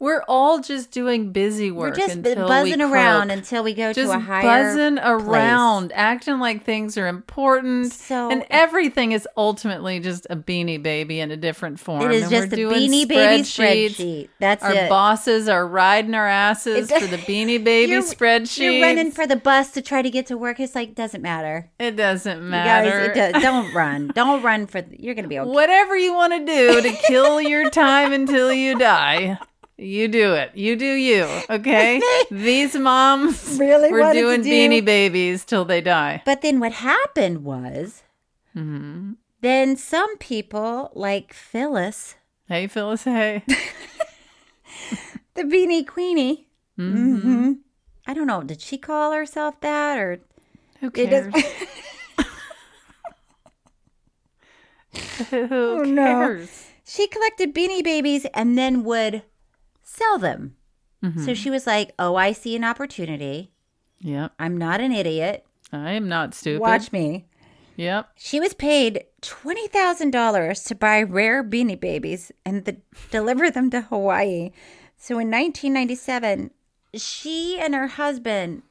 Speaker 1: We're all just doing busy
Speaker 2: we're
Speaker 1: work.
Speaker 2: just
Speaker 1: until we
Speaker 2: buzzing around
Speaker 1: croak
Speaker 2: until we go
Speaker 1: just
Speaker 2: to a higher
Speaker 1: buzzing
Speaker 2: place.
Speaker 1: around, acting like things are important.
Speaker 2: So-
Speaker 1: and everything is ultimately just a beanie baby in a different form.
Speaker 2: It is
Speaker 1: and
Speaker 2: just
Speaker 1: we're
Speaker 2: the
Speaker 1: doing
Speaker 2: Beanie Baby
Speaker 1: spreadsheets.
Speaker 2: spreadsheet. That's
Speaker 1: our
Speaker 2: it.
Speaker 1: bosses are riding our asses
Speaker 2: It do-
Speaker 1: for the beanie baby
Speaker 2: You're-
Speaker 1: spreadsheet.
Speaker 2: You're running for the bus to try to get to work. It's like doesn't matter.
Speaker 1: it
Speaker 2: You
Speaker 1: doesn't
Speaker 2: guys,
Speaker 1: matter.
Speaker 2: it does, don't run. Don't run for. You're gonna be okay.
Speaker 1: Whatever you want to do to kill your time until you die. You do it. You do you. Okay. These moms
Speaker 2: Really
Speaker 1: we're
Speaker 2: wanted to
Speaker 1: doing
Speaker 2: do-
Speaker 1: beanie babies till they die.
Speaker 2: But then what happened was,
Speaker 1: Mm-hmm.
Speaker 2: then some people like Phyllis,
Speaker 1: Hey, Phyllis. Hey.
Speaker 2: the Beanie Queenie. Mm-hmm. I don't know. Did she call herself that or?
Speaker 1: Who
Speaker 2: It
Speaker 1: cares?
Speaker 2: does-
Speaker 1: Who
Speaker 2: Oh, no.
Speaker 1: cares?
Speaker 2: she collected beanie babies and then would sell them.
Speaker 1: Mm-hmm.
Speaker 2: So she was like, "Oh, I see an opportunity.
Speaker 1: Yep.
Speaker 2: I'm not an idiot.
Speaker 1: I am not stupid.
Speaker 2: Watch me."
Speaker 1: Yep.
Speaker 2: She was paid twenty thousand dollars to buy rare beanie babies and th- deliver them to Hawaii. So in 1997, she and her husband.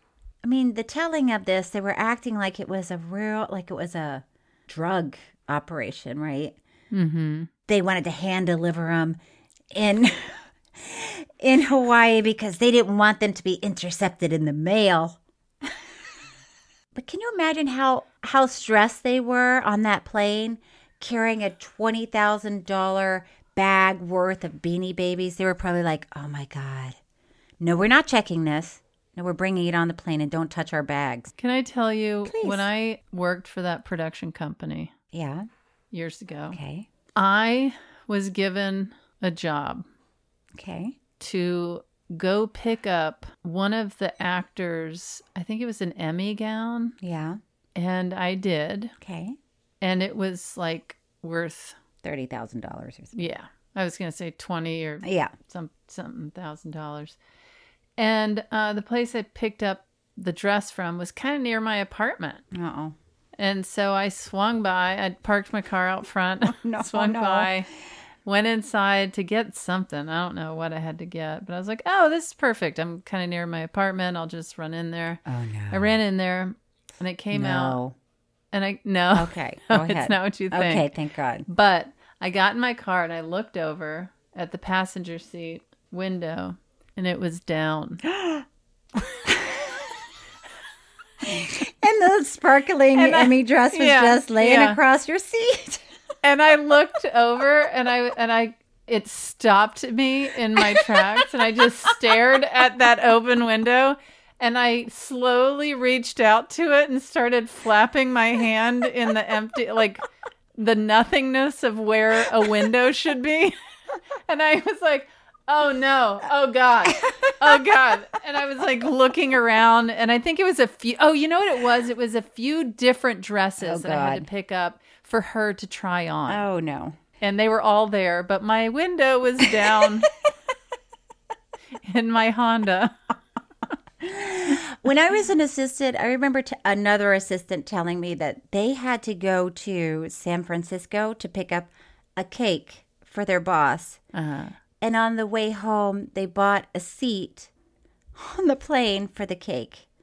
Speaker 2: I mean, the telling of this, they were acting like it was a real, like it was a drug operation, right?
Speaker 1: Mm-hmm.
Speaker 2: they wanted to hand deliver them in in Hawaii because they didn't want them to be intercepted in the mail. but can you imagine how how stressed they were on that plane carrying a $20,000 bag worth of beanie babies? They were probably like, "Oh my god. No, we're not checking this. No, we're bringing it on the plane and don't touch our bags."
Speaker 1: Can I tell you
Speaker 2: Please.
Speaker 1: when I worked for that production company
Speaker 2: Yeah.
Speaker 1: years ago,
Speaker 2: Okay.
Speaker 1: I was given a job
Speaker 2: Okay.
Speaker 1: to go pick up one of the actors. I think it was an Emmy gown,
Speaker 2: Yeah.
Speaker 1: and I did,
Speaker 2: Okay.
Speaker 1: and it was like worth
Speaker 2: $30,000 or something.
Speaker 1: yeah. I was gonna say twenty or
Speaker 2: Yeah.
Speaker 1: some something thousand dollars. And uh, the place I picked up the dress from was kind of near my apartment,
Speaker 2: Uh-oh.
Speaker 1: and so I swung by. I parked my car out front,
Speaker 2: no,
Speaker 1: swung
Speaker 2: no.
Speaker 1: by, went inside to get something. I don't know what I had to get, but I was like, "Oh, this is perfect. I'm kind of near my apartment. I'll just run in there."
Speaker 2: Oh no.
Speaker 1: I ran in there, and it came out, and I no,
Speaker 2: Okay,
Speaker 1: No,
Speaker 2: go
Speaker 1: it's
Speaker 2: ahead.
Speaker 1: not what you think.
Speaker 2: Okay, thank God.
Speaker 1: But I got in my car and I looked over at the passenger seat window and it was down.
Speaker 2: And the sparkling
Speaker 1: And I-
Speaker 2: Emmy dress was
Speaker 1: yeah,
Speaker 2: just laying
Speaker 1: yeah.
Speaker 2: across your seat.
Speaker 1: and I looked over and I and I it stopped me in my tracks and I just stared at that open window and I slowly reached out to it and started flapping my hand in the empty like the nothingness of where a window should be. And I was like, "Oh no. Oh god. Oh god." And I was like looking around and I think it was a few Oh, you know what it was? It was a few different dresses
Speaker 2: Oh,
Speaker 1: that I had to
Speaker 2: God.
Speaker 1: pick up for her to try on.
Speaker 2: Oh no.
Speaker 1: And they were all there, but my window was down in my Honda.
Speaker 2: When I was an assistant, I remember t- another assistant telling me that they had to go to San Francisco to pick up a cake for their boss.
Speaker 1: Uh-huh.
Speaker 2: And on the way home, they bought a seat on the plane for the cake.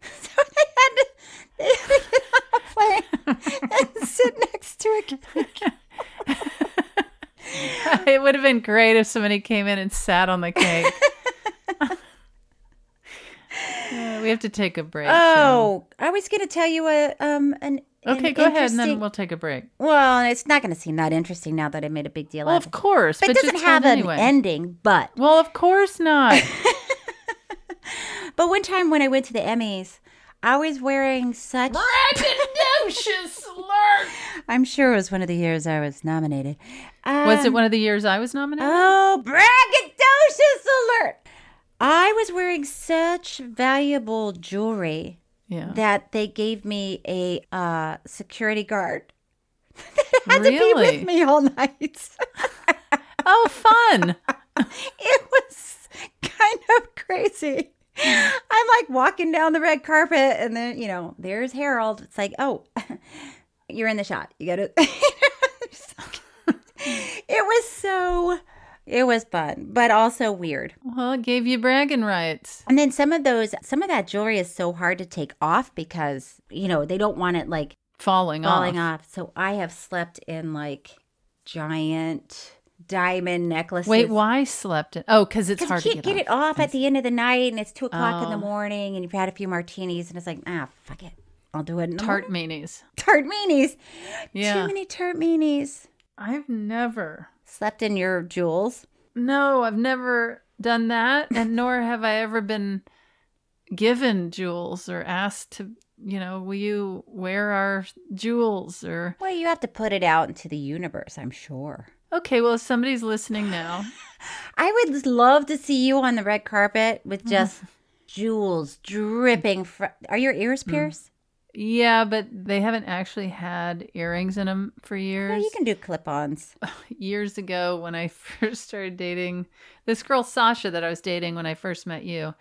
Speaker 2: So they had to, they had to get on a plane and sit next to a cake.
Speaker 1: It would have been great if somebody came in and sat on the cake. Uh, we have to take a break. Sharon.
Speaker 2: Oh, I was going to tell you a um an an
Speaker 1: okay, go ahead, and then
Speaker 2: interesting-
Speaker 1: we'll take a break.
Speaker 2: well, it's not going to seem that interesting now that I made a big deal
Speaker 1: Well,
Speaker 2: out
Speaker 1: of course, but,
Speaker 2: it
Speaker 1: you
Speaker 2: doesn't
Speaker 1: told
Speaker 2: have an
Speaker 1: anyway.
Speaker 2: ending. But
Speaker 1: Well, of course not.
Speaker 2: but one time when I went to the Emmys, I was wearing such
Speaker 8: Brandon
Speaker 1: atrocious lurk.
Speaker 2: I'm sure it was one of the years I was nominated.
Speaker 1: Was it
Speaker 2: Um,
Speaker 1: one of the years I was nominated?
Speaker 2: Oh, braggadocious alert! I was wearing such valuable jewelry
Speaker 1: Yeah.
Speaker 2: that they gave me a uh, security guard. that had to be
Speaker 1: Really?
Speaker 2: with me all night.
Speaker 1: Oh, fun.
Speaker 2: it was kind of crazy. I'm like walking down the red carpet, and then you know, there's Harold. It's like, oh, you're in the shot. You gotta. it was so. It was fun, but also weird.
Speaker 1: Well, it gave you bragging rights.
Speaker 2: And then some of those, some of that jewelry is so hard to take off because you know they don't want it like
Speaker 1: Falling,
Speaker 2: falling
Speaker 1: off.
Speaker 2: off. So I have slept in like giant diamond necklaces.
Speaker 1: Wait, why slept in? Oh, because it's hard
Speaker 2: Because you can't get,
Speaker 1: to
Speaker 2: it off at the end of the night, and it's two o'clock in the
Speaker 1: Oh.
Speaker 2: morning, and you've had a few martinis, and it's like, ah, fuck it, I'll do it. In the
Speaker 1: Tart
Speaker 2: morning.
Speaker 1: meanies.
Speaker 2: tart meanies,
Speaker 1: Yeah.
Speaker 2: too many tart meanies.
Speaker 1: I've never.
Speaker 2: Slept in your jewels.
Speaker 1: No, I've never done that, and nor have I ever been given jewels or asked to, you know, will you wear our jewels or
Speaker 2: Well, you have to put it out into the universe, I'm sure.
Speaker 1: Okay, well, if somebody's listening now,
Speaker 2: I would just love to see you on the red carpet with
Speaker 1: Mm-hmm.
Speaker 2: just jewels dripping. Fr- Are your ears
Speaker 1: Mm.
Speaker 2: pierced?
Speaker 1: yeah, but they haven't actually had earrings in them for
Speaker 2: No,
Speaker 1: years.
Speaker 2: you can do clip-ons.
Speaker 1: Years ago, when I first started dating this girl, Sasha, that I was dating when I first met you,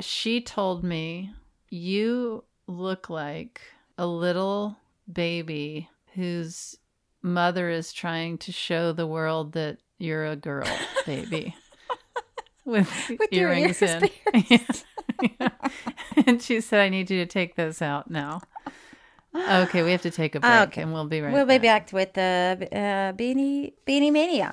Speaker 1: she told me, You look like a little baby whose mother is trying to show the world that you're a girl, baby. With,
Speaker 2: With your
Speaker 1: earrings
Speaker 2: ears
Speaker 1: in. Yeah. and she said, I need you to take those out now. Okay, we have to take a break
Speaker 2: Okay.
Speaker 1: and we'll be right
Speaker 2: we'll
Speaker 1: back.
Speaker 2: be back with the uh, beanie beanie mania.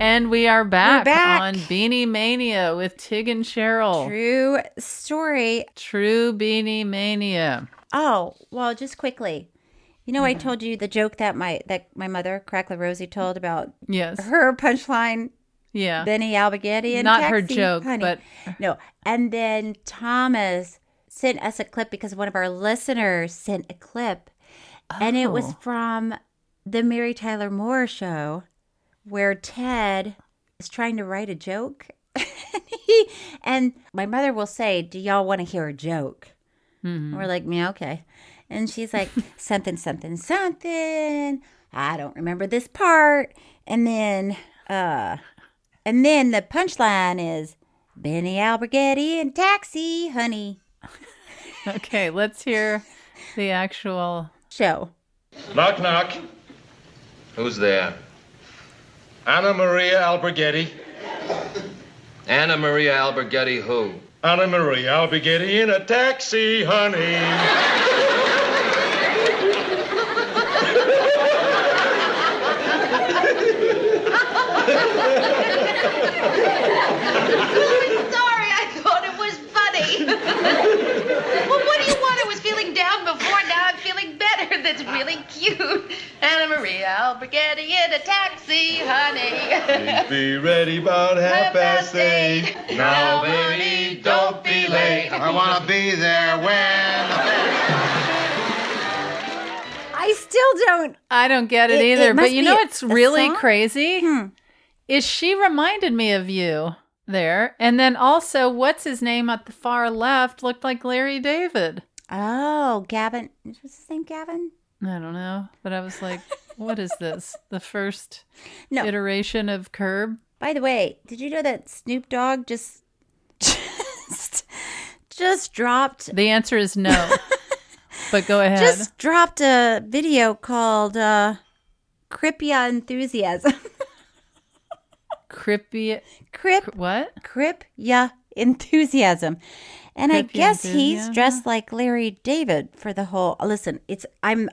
Speaker 1: And we are back,
Speaker 2: back.
Speaker 1: on Beanie Mania with Tig and Cheryl. True,
Speaker 2: True story.
Speaker 1: Beanie Mania.
Speaker 2: Oh, well, just quickly. You know, I told you the joke that my that my mother, Crackle Rosie, told about
Speaker 1: Yes.
Speaker 2: her punchline,
Speaker 1: yeah.
Speaker 2: Benny Albagetti and
Speaker 1: Not her
Speaker 2: Taxi,
Speaker 1: joke,
Speaker 2: honey.
Speaker 1: but
Speaker 2: no. And then Thomas sent us a clip because one of our listeners sent a clip, and it was
Speaker 1: Oh.
Speaker 2: from the Mary Tyler Moore show, where Ted is trying to write a joke. and my mother will say, "Do y'all want to hear a joke?"
Speaker 1: Hmm.
Speaker 2: And We're like, "Yeah, okay." And she's like, "Something, something, something." I don't remember this part. And then, uh, and then the punchline is Benny Alberghetti and Taxi, honey.
Speaker 1: okay, let's hear the actual.
Speaker 2: Show.
Speaker 9: Knock, knock. Who's there? Anna Maria Alberghetti. Anna Maria Alberghetti, who? Anna Maria Alberghetti in a taxi, honey.
Speaker 10: I'm sorry. I thought it was funny. well, what do you want? I was feeling down before. Now I'm feeling better. That's really cute. Anna Maria Alberghetti in a taxi, honey.
Speaker 9: Be ready about half past eight. Now, baby, don't be late. I want to be there when.
Speaker 10: I
Speaker 2: I still don't.
Speaker 1: I don't get it,
Speaker 2: It- it
Speaker 1: either. but
Speaker 2: must
Speaker 1: you
Speaker 2: be
Speaker 1: know
Speaker 2: a-
Speaker 1: what's
Speaker 2: a
Speaker 1: really
Speaker 2: song? Hmm.
Speaker 1: crazy? Is she reminded me of you there. And then also, what's his name at the far left looked like Larry David.
Speaker 2: Oh, Gavin. What's his name, Gavin?
Speaker 1: I don't know. But I was like, what is this? The first
Speaker 2: No.
Speaker 1: iteration of Curb?
Speaker 2: By the way, did you know that Snoop Dogg just just, just dropped
Speaker 1: The answer is no. but go ahead.
Speaker 2: just dropped a video called uh Cripia Enthusiasm.
Speaker 1: Crippy.
Speaker 2: Crip
Speaker 1: What?
Speaker 2: Cripia Enthusiasm. And I
Speaker 1: Crip Ya
Speaker 2: guess he's
Speaker 1: Enthusiasm.
Speaker 2: dressed like Larry David for the whole listen, it's I'm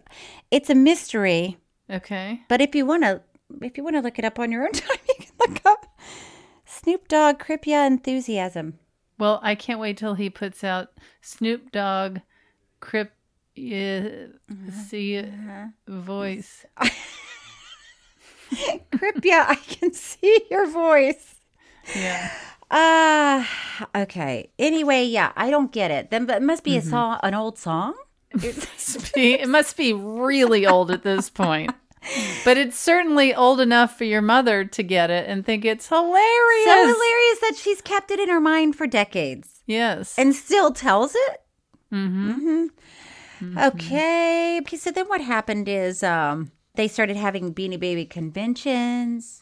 Speaker 2: it's a mystery.
Speaker 1: Okay.
Speaker 2: But if you want to, if you want to look it up on your own time, you can look up Snoop Dogg Cripia enthusiasm.
Speaker 1: Well, I can't wait till he puts out Snoop Dogg Crip yeah,
Speaker 2: Mm-hmm.
Speaker 1: see voice.
Speaker 2: Cripia, I can see your voice.
Speaker 1: Yeah.
Speaker 2: Uh okay. Anyway, yeah, I don't get it. Then, but it must be a song, an old song.
Speaker 1: Be- it must be really old at this point. But it's certainly old enough for your mother to get it and think it's hilarious.
Speaker 2: So hilarious that she's kept it in her mind for decades
Speaker 1: Yes.
Speaker 2: and still tells it. Mm-hmm.
Speaker 1: mm-hmm.
Speaker 2: Okay. Okay. So then, what happened is um, they started having Beanie Baby conventions.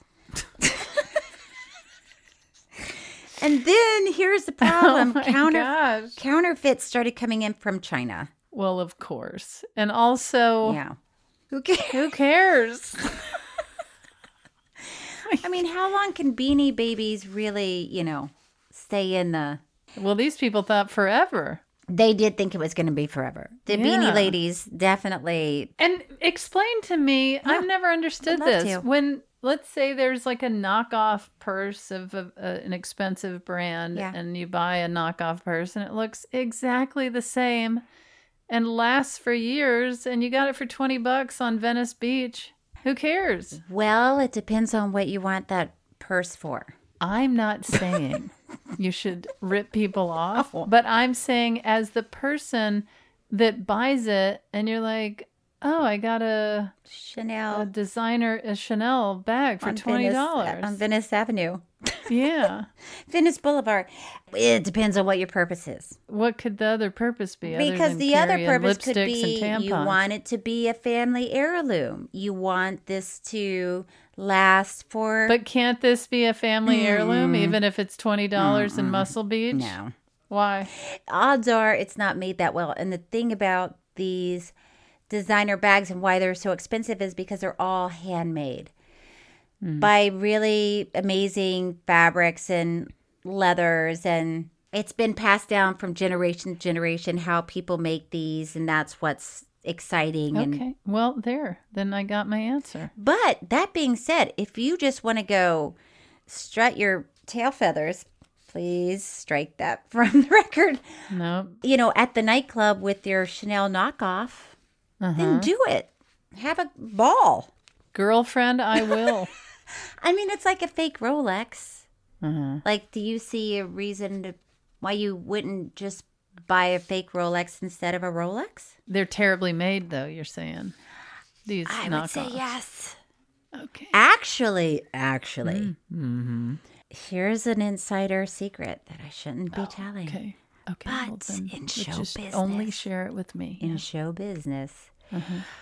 Speaker 2: And then here's the problem:
Speaker 1: Oh my
Speaker 2: counter
Speaker 1: gosh.
Speaker 2: counterfeits started coming in from China.
Speaker 1: Well, of course. And also,
Speaker 2: Yeah, who cares?
Speaker 1: who cares?
Speaker 2: I mean, how long can Beanie Babies really, you know, stay in the?
Speaker 1: well, these people thought forever.
Speaker 2: They did think it was going to be forever. The
Speaker 1: Yeah.
Speaker 2: Beanie Ladies definitely.
Speaker 1: And explain to me, I've never understood
Speaker 2: I'd love
Speaker 1: this.
Speaker 2: to.
Speaker 1: When let's say there's like a knockoff purse of a, a- an expensive brand
Speaker 2: Yeah.
Speaker 1: and you buy a knockoff purse and it looks exactly the same and lasts for years and you got it for 20 bucks on Venice Beach. Who cares?
Speaker 2: Well, it depends on what you want that purse for.
Speaker 1: I'm not saying you should rip people off, but I'm saying as the person that buys it and you're like, "Oh, I got a a
Speaker 2: Chanel
Speaker 1: designer a Chanel bag Uh, for
Speaker 2: on
Speaker 1: twenty
Speaker 2: Venice- uh, on
Speaker 1: dollars.
Speaker 2: Venice Avenue,
Speaker 1: yeah.
Speaker 2: Venice Boulevard. It depends on what your purpose is.
Speaker 1: What could the other purpose be? other
Speaker 2: because
Speaker 1: than
Speaker 2: the other
Speaker 1: carrying
Speaker 2: purpose could
Speaker 1: lipsticks
Speaker 2: be
Speaker 1: and
Speaker 2: you
Speaker 1: tampons?
Speaker 2: want it to be a family heirloom. You want this to last for
Speaker 1: But can't this be a family heirloom, even if it's twenty dollars in Muscle Beach?
Speaker 2: no.
Speaker 1: Why?
Speaker 2: odds are it's not made that well. And the thing about these designer bags and why they're so expensive is because they're all handmade by really amazing fabrics and leathers and it's been passed down from generation to generation how people make these and that's what's exciting and
Speaker 1: Okay. Well, there. Then I got my answer.
Speaker 2: But that being said, if you just want to go strut your tail feathers, please strike that from the record.
Speaker 1: No.
Speaker 2: You know, at the nightclub with your Chanel knockoff, then do it. Have a ball.
Speaker 1: Girlfriend, I will.
Speaker 2: I mean, it's like a fake Rolex. Like, do you see a reason to, why you wouldn't just buy a fake Rolex instead of a Rolex?
Speaker 1: They're terribly made, though. You're saying these
Speaker 2: I
Speaker 1: knockoffs.
Speaker 2: would say yes.
Speaker 1: Okay.
Speaker 2: Actually, actually, here's an insider secret that I shouldn't be telling.
Speaker 1: Okay. Okay. well
Speaker 2: But
Speaker 1: then,
Speaker 2: in
Speaker 1: but
Speaker 2: show
Speaker 1: just only
Speaker 2: business-
Speaker 1: share it with me.
Speaker 2: in show business,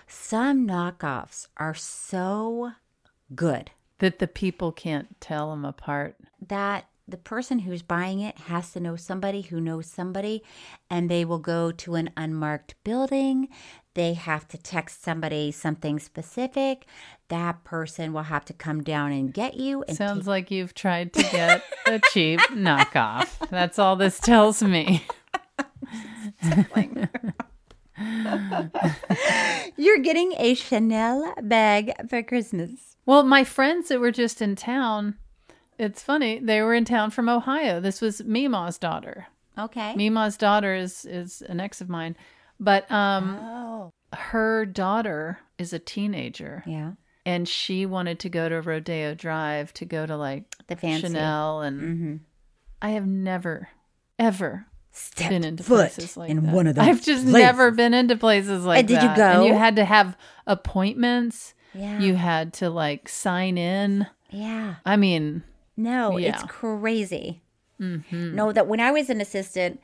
Speaker 2: some knockoffs are so good
Speaker 1: that the people can't tell them apart.
Speaker 2: that the person who's buying it has to know somebody who knows somebody, and they will go to an unmarked building. They have to text somebody something specific. That person will have to come down and get you. And
Speaker 1: Sounds like you've tried to get a cheap knockoff. That's all this tells me.
Speaker 2: you're getting a Chanel bag for Christmas.
Speaker 1: Well, my friends that were just in town, it's funny, they were in town from Ohio. This was Mima's daughter.
Speaker 2: Okay.
Speaker 1: Mima's daughter is is an ex of mine, but um her daughter is a teenager.
Speaker 2: Oh. Yeah.
Speaker 1: and she wanted to go to Rodeo Drive to go to like
Speaker 2: The fancy.
Speaker 1: Chanel and I have never ever
Speaker 2: stepped foot in
Speaker 1: that.
Speaker 2: one of those.
Speaker 1: I've just
Speaker 2: places.
Speaker 1: never been into places like
Speaker 2: And did you
Speaker 1: that. And you
Speaker 2: go?
Speaker 1: had to have appointments.
Speaker 2: Yeah.
Speaker 1: You had to like sign in.
Speaker 2: Yeah.
Speaker 1: I mean,
Speaker 2: No,
Speaker 1: Yeah.
Speaker 2: it's crazy.
Speaker 1: mhm.
Speaker 2: No, that when I was an assistant,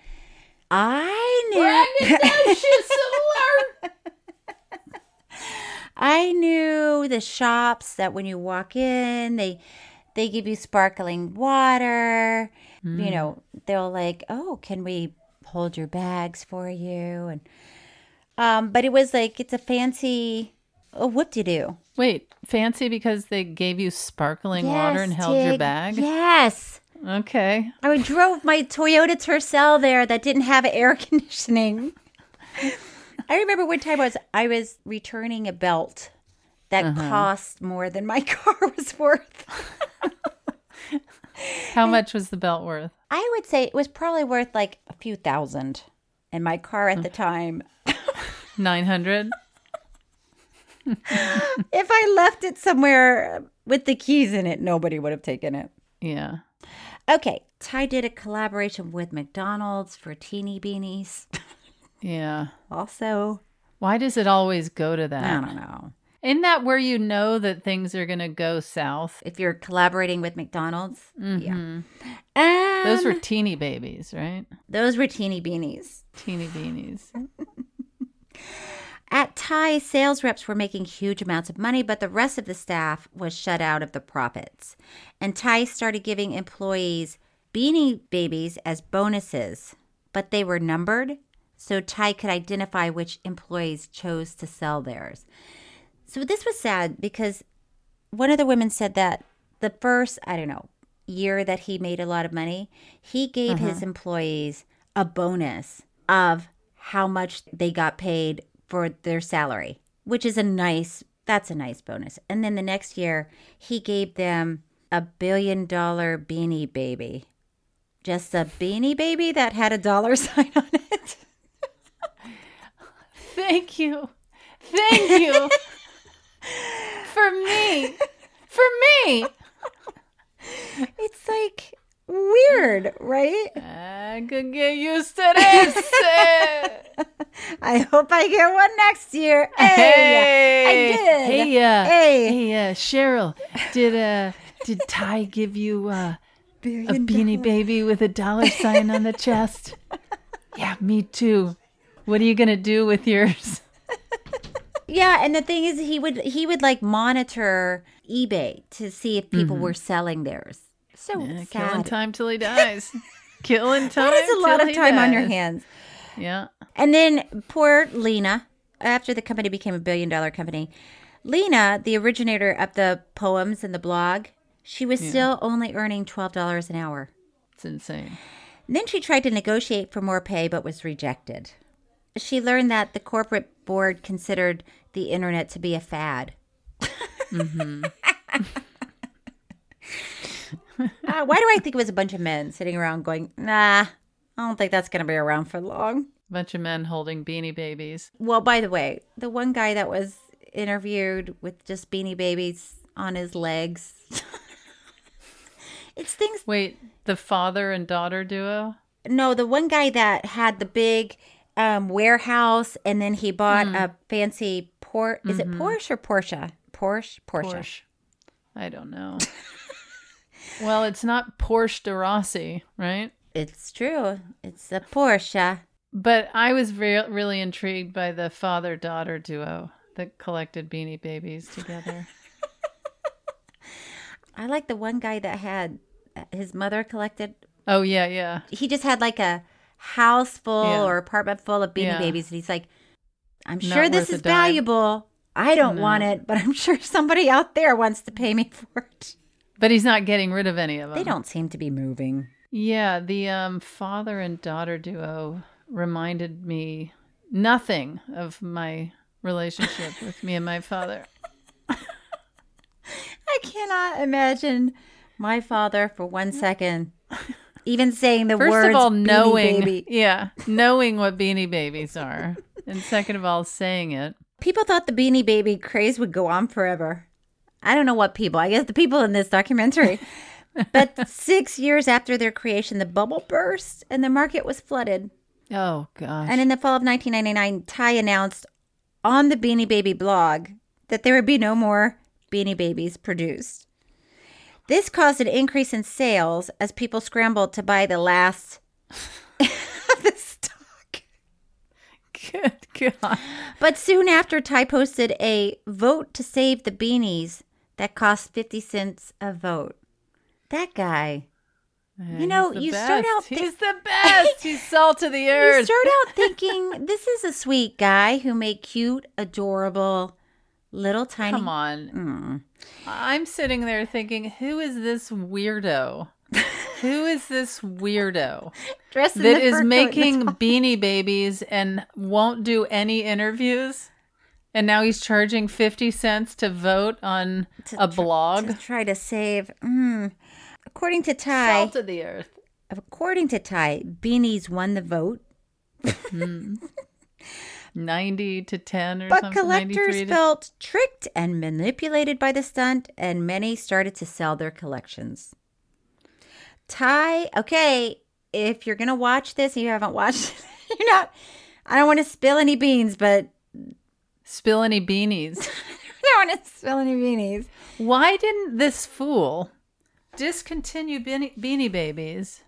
Speaker 2: I knew
Speaker 1: Braggadocious alert.
Speaker 2: I knew the shops that when you walk in, they they give you sparkling water. You
Speaker 11: Mm.
Speaker 2: know, they'll like, "Oh, can we hold your bags for you?" And um, but it was like it's a fancy oh whoop de doo.
Speaker 1: Wait, fancy because they gave you sparkling water and held your bag?
Speaker 2: Yes.
Speaker 1: Okay.
Speaker 2: I drove my Toyota Tercel there that didn't have air conditioning. I remember one time I was I was returning a belt that
Speaker 1: Uh-huh.
Speaker 2: cost more than my car was worth.
Speaker 1: How much was the belt worth?
Speaker 2: I would say it was probably worth like a few thousand. And my car at the time,
Speaker 1: 900?
Speaker 2: if I left it somewhere with the keys in it, nobody would have taken it.
Speaker 1: Yeah.
Speaker 2: Okay, Ty did a collaboration with McDonald's for teeny beanies.
Speaker 1: Yeah.
Speaker 2: Also,
Speaker 1: why does it always go to that?
Speaker 2: I don't know.
Speaker 1: Isn't that where you know that things are going to go south?
Speaker 2: If you're collaborating with McDonald's? Yeah.
Speaker 1: Mm-hmm. Those were
Speaker 2: Um,
Speaker 1: teeny babies, right?
Speaker 2: Those were teeny beanies.
Speaker 1: Teeny beanies.
Speaker 2: At Thai, sales reps were making huge amounts of money, but the rest of the staff was shut out of the profits. And Thai started giving employees beanie babies as bonuses, but they were numbered, so Thai could identify which employees chose to sell theirs. So this was sad because one of the women said that the first, I don't know, year that he made a lot of money, he gave
Speaker 11: Uh-huh.
Speaker 2: his employees a bonus of how much they got paid for their salary, which is a nice, that's a nice bonus. And then the next year, he gave them a billion dollar beanie baby. Just a beanie baby that had a dollar sign on it.
Speaker 1: Thank you. Thank you. For me. For me.
Speaker 2: It's like weird, right?
Speaker 1: I could get used to this.
Speaker 2: I hope I get one next year.
Speaker 1: Hey,
Speaker 2: Hey, I did.
Speaker 1: Hey, uh,
Speaker 2: hey,
Speaker 1: hey, uh, Cheryl, did uh, did Ty give you uh, a beanie baby with a dollar sign on the chest? Yeah, me too. What are you gonna do with yours?
Speaker 2: Yeah, and the thing is, he would he would like monitor eBay to see if people
Speaker 1: Mhm.
Speaker 2: were selling theirs. So
Speaker 1: Yeah, killing
Speaker 2: sad.
Speaker 1: time till he dies. killing time.
Speaker 2: That is a lot
Speaker 1: till
Speaker 2: of
Speaker 1: he
Speaker 2: time on your
Speaker 1: dies.
Speaker 2: hands.
Speaker 1: Yeah.
Speaker 2: And then poor Lena, after the company became a billion dollar company, Lena, the originator of the poems and the blog, she was
Speaker 1: Yeah.
Speaker 2: still only earning twelve dollars an hour.
Speaker 1: It's insane.
Speaker 2: Then she tried to negotiate for more pay but was rejected. She learned that the corporate board considered the internet to be a fad.
Speaker 1: Mm-hmm.
Speaker 2: Uh, why do I think it was a bunch of men sitting around going, nah, I don't think that's going to be around for long?
Speaker 1: Bunch of men holding beanie babies.
Speaker 2: Well, by the way, the one guy that was interviewed with just beanie babies on his legs. it's things.
Speaker 1: Wait, the father and daughter duo.
Speaker 2: No, the one guy that had the big um, warehouse and then he bought
Speaker 1: Mm-hmm.
Speaker 2: a fancy Porsche. Is it Porsche or Porsche? Porsche? Porsche.
Speaker 1: Porsche. I don't know. well, it's not Porsche de Rossi, right?
Speaker 2: It's true. It's a Porsche.
Speaker 1: But I was re- really intrigued by the father daughter duo that collected beanie babies together.
Speaker 2: I like the one guy that had uh, his mother collected
Speaker 1: oh, yeah, yeah.
Speaker 2: he just had like a house full
Speaker 1: Yeah.
Speaker 2: or apartment full of beanie
Speaker 1: Yeah.
Speaker 2: babies and he's like i'm
Speaker 1: Not
Speaker 2: sure this
Speaker 1: worth a
Speaker 2: is
Speaker 1: dime."
Speaker 2: valuable i don't want
Speaker 1: No.
Speaker 2: it but i'm sure somebody out there wants to pay me for it
Speaker 1: But he's not getting rid of any of them.
Speaker 2: they don't seem to be moving
Speaker 1: Yeah, the um, father and daughter duo reminded me nothing of my relationship with me and my father.
Speaker 2: i cannot imagine my father for one second even saying the
Speaker 1: First
Speaker 2: words
Speaker 1: of all,
Speaker 2: "Beanie
Speaker 1: knowing,
Speaker 2: baby.
Speaker 1: yeah, knowing what beanie babies are, and second of all, saying it.
Speaker 2: people thought the beanie baby craze would go on forever i don't know what people i guess the people in this documentary but six years after their creation, the bubble burst and the market was flooded.
Speaker 1: Oh, gosh.
Speaker 2: And in the fall of 1999, Ty announced on the Beanie Baby blog that there would be no more Beanie Babies produced. This caused an increase in sales as people scrambled to buy the last of the stock.
Speaker 1: Good God.
Speaker 2: But soon after, Ty posted a vote to save the beanies that cost 50 cents a vote. That guy. You know,
Speaker 1: He's the
Speaker 2: you
Speaker 1: best.
Speaker 2: start out thi-
Speaker 1: He's the best. He's salt of the earth.
Speaker 2: You start out thinking this is a sweet guy who made cute, adorable, little tiny.
Speaker 1: Come on.
Speaker 2: Mm.
Speaker 1: I'm sitting there thinking, who is this weirdo? who is this weirdo
Speaker 2: Dressed in the
Speaker 1: that
Speaker 2: fur coat
Speaker 1: is
Speaker 2: and the
Speaker 1: making beanie babies and won't do any interviews? And now he's charging 50 cents to vote on a blog.
Speaker 2: to try to save. Mm. According to Ty,
Speaker 1: Salt of the earth.
Speaker 2: according to Ty, beanies won the vote,
Speaker 1: 90 to 10 or
Speaker 2: but
Speaker 1: something.
Speaker 2: collectors
Speaker 1: 93 to-
Speaker 2: felt tricked and manipulated by the stunt, and many started to sell their collections. Ty, okay, if you're gonna watch this, and you haven't watched, it, you're not. I don't want to spill any beans, but
Speaker 1: Spill any beanies.
Speaker 2: I don't want to spill any beanies.
Speaker 1: Why didn't this fool discontinue beanie, beanie babies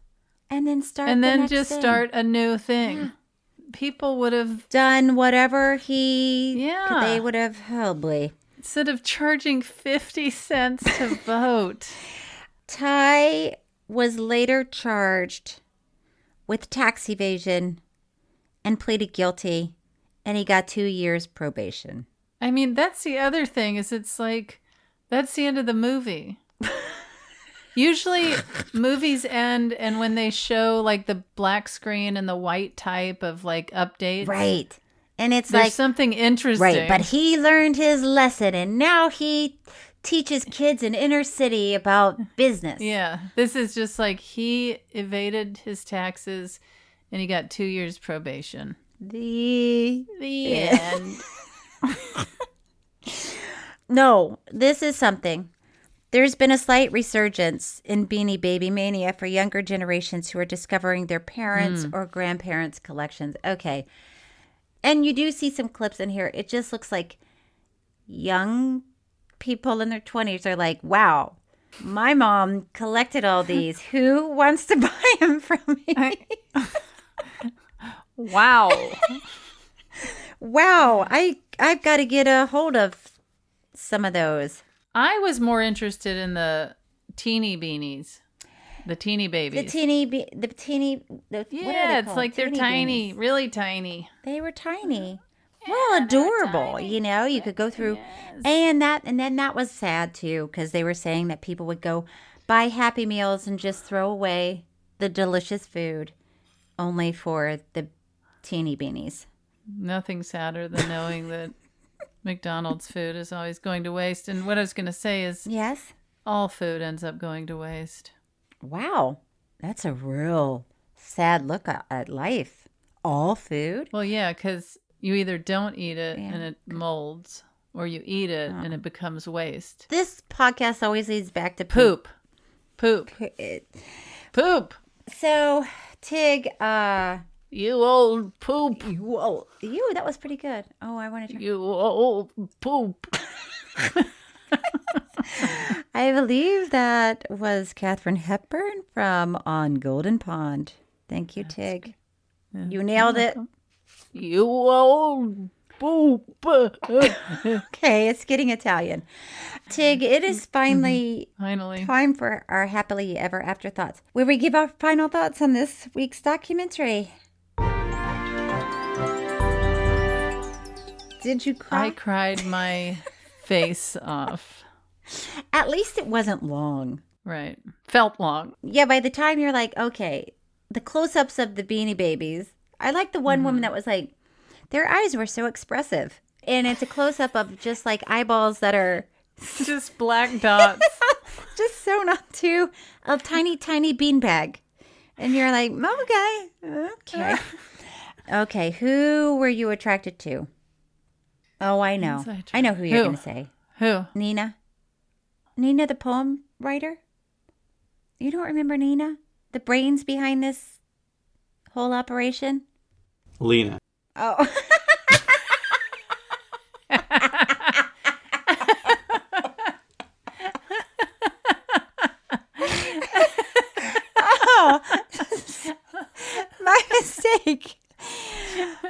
Speaker 2: And then start
Speaker 1: and
Speaker 2: the
Speaker 1: then
Speaker 2: next
Speaker 1: just
Speaker 2: thing.
Speaker 1: start a new thing? People would have
Speaker 2: done whatever he
Speaker 1: Yeah.
Speaker 2: they would have oh, probably
Speaker 1: instead of charging 50 cents to vote.
Speaker 2: Ty was later charged with tax evasion and pleaded guilty and he got 2 years probation.
Speaker 1: I mean, that's the other thing is it's like that's the end of the movie. Usually movies end and when they show like the black screen and the white type of like updates.
Speaker 2: Right. And it's
Speaker 1: There's
Speaker 2: like
Speaker 1: something interesting.
Speaker 2: right, but he learned his lesson and now he teaches kids in inner city about business.
Speaker 1: Yeah. This is just like he evaded his taxes and he got two years probation.
Speaker 2: The
Speaker 1: The end.
Speaker 2: No, this is something. There's been a slight resurgence in Beanie Baby mania for younger generations who are discovering their parents' or grandparents' collections. Okay. And you do see some clips in here. It just looks like young people in their 20s are like, wow, my mom collected all these. Who wants to buy them from me?
Speaker 1: wow.
Speaker 2: wow. I, I've got to get a hold of some of those.
Speaker 1: I was more interested in the teeny beanies. The teeny
Speaker 2: The
Speaker 1: babies.
Speaker 2: teeny, be- the teeny, the,
Speaker 1: yeah,
Speaker 2: what are they
Speaker 1: it's
Speaker 2: called?
Speaker 1: like they're
Speaker 2: Teeny
Speaker 1: tiny,
Speaker 2: beanies.
Speaker 1: really tiny.
Speaker 2: They were tiny. well, adorable. You know, you could go through, and that, and then that was sad too, because they were saying that people would go buy Happy Meals and just throw away the delicious food, only for the teeny beanies.
Speaker 1: Nothing sadder than knowing that McDonald's food is always going to waste. And what I was going to say is
Speaker 2: Yes.
Speaker 1: all food ends up going to waste.
Speaker 2: Wow, that's a real sad look at, at life. All food.
Speaker 1: Well, yeah, because you either don't eat it and
Speaker 2: Yeah. Oh.
Speaker 1: it molds, or you eat it and it becomes waste.
Speaker 2: This podcast always leads back to
Speaker 1: Poop. Poop.
Speaker 2: poop.
Speaker 1: Poop.
Speaker 2: So, Tig, uh,
Speaker 1: You old poop.
Speaker 2: you, oh, you, that was pretty good. Oh, I want to try.
Speaker 1: You old poop.
Speaker 2: I believe that was Katherine Hepburn from On Golden Pond. Thank you, Tig. You nailed it.
Speaker 1: You old poop.
Speaker 2: Okay, it's getting Italian. Tig, it is finally
Speaker 1: Finally.
Speaker 2: time for our happily ever after thoughts, where we give our final thoughts on this week's documentary. Did you cry?
Speaker 1: I cried my face off.
Speaker 2: At least it wasn't long.
Speaker 1: Right. Felt long.
Speaker 2: yeah, by the time you're like, okay, the close ups of the beanie babies, I like the one woman that was like, their eyes were so expressive. And it's a close up of just like eyeballs that are
Speaker 1: Just black dots.
Speaker 2: just sewn onto a tiny, tiny beanbag. And you're like, okay, okay. Okay, who were you attracted to? Oh, I know.
Speaker 1: was I
Speaker 2: I know who you're
Speaker 1: Who?
Speaker 2: going to say.
Speaker 1: Who?
Speaker 2: Nina. Nina, the poem writer? You don't remember Nina? The brains behind this whole operation?
Speaker 11: Lena.
Speaker 2: Oh. oh. My mistake.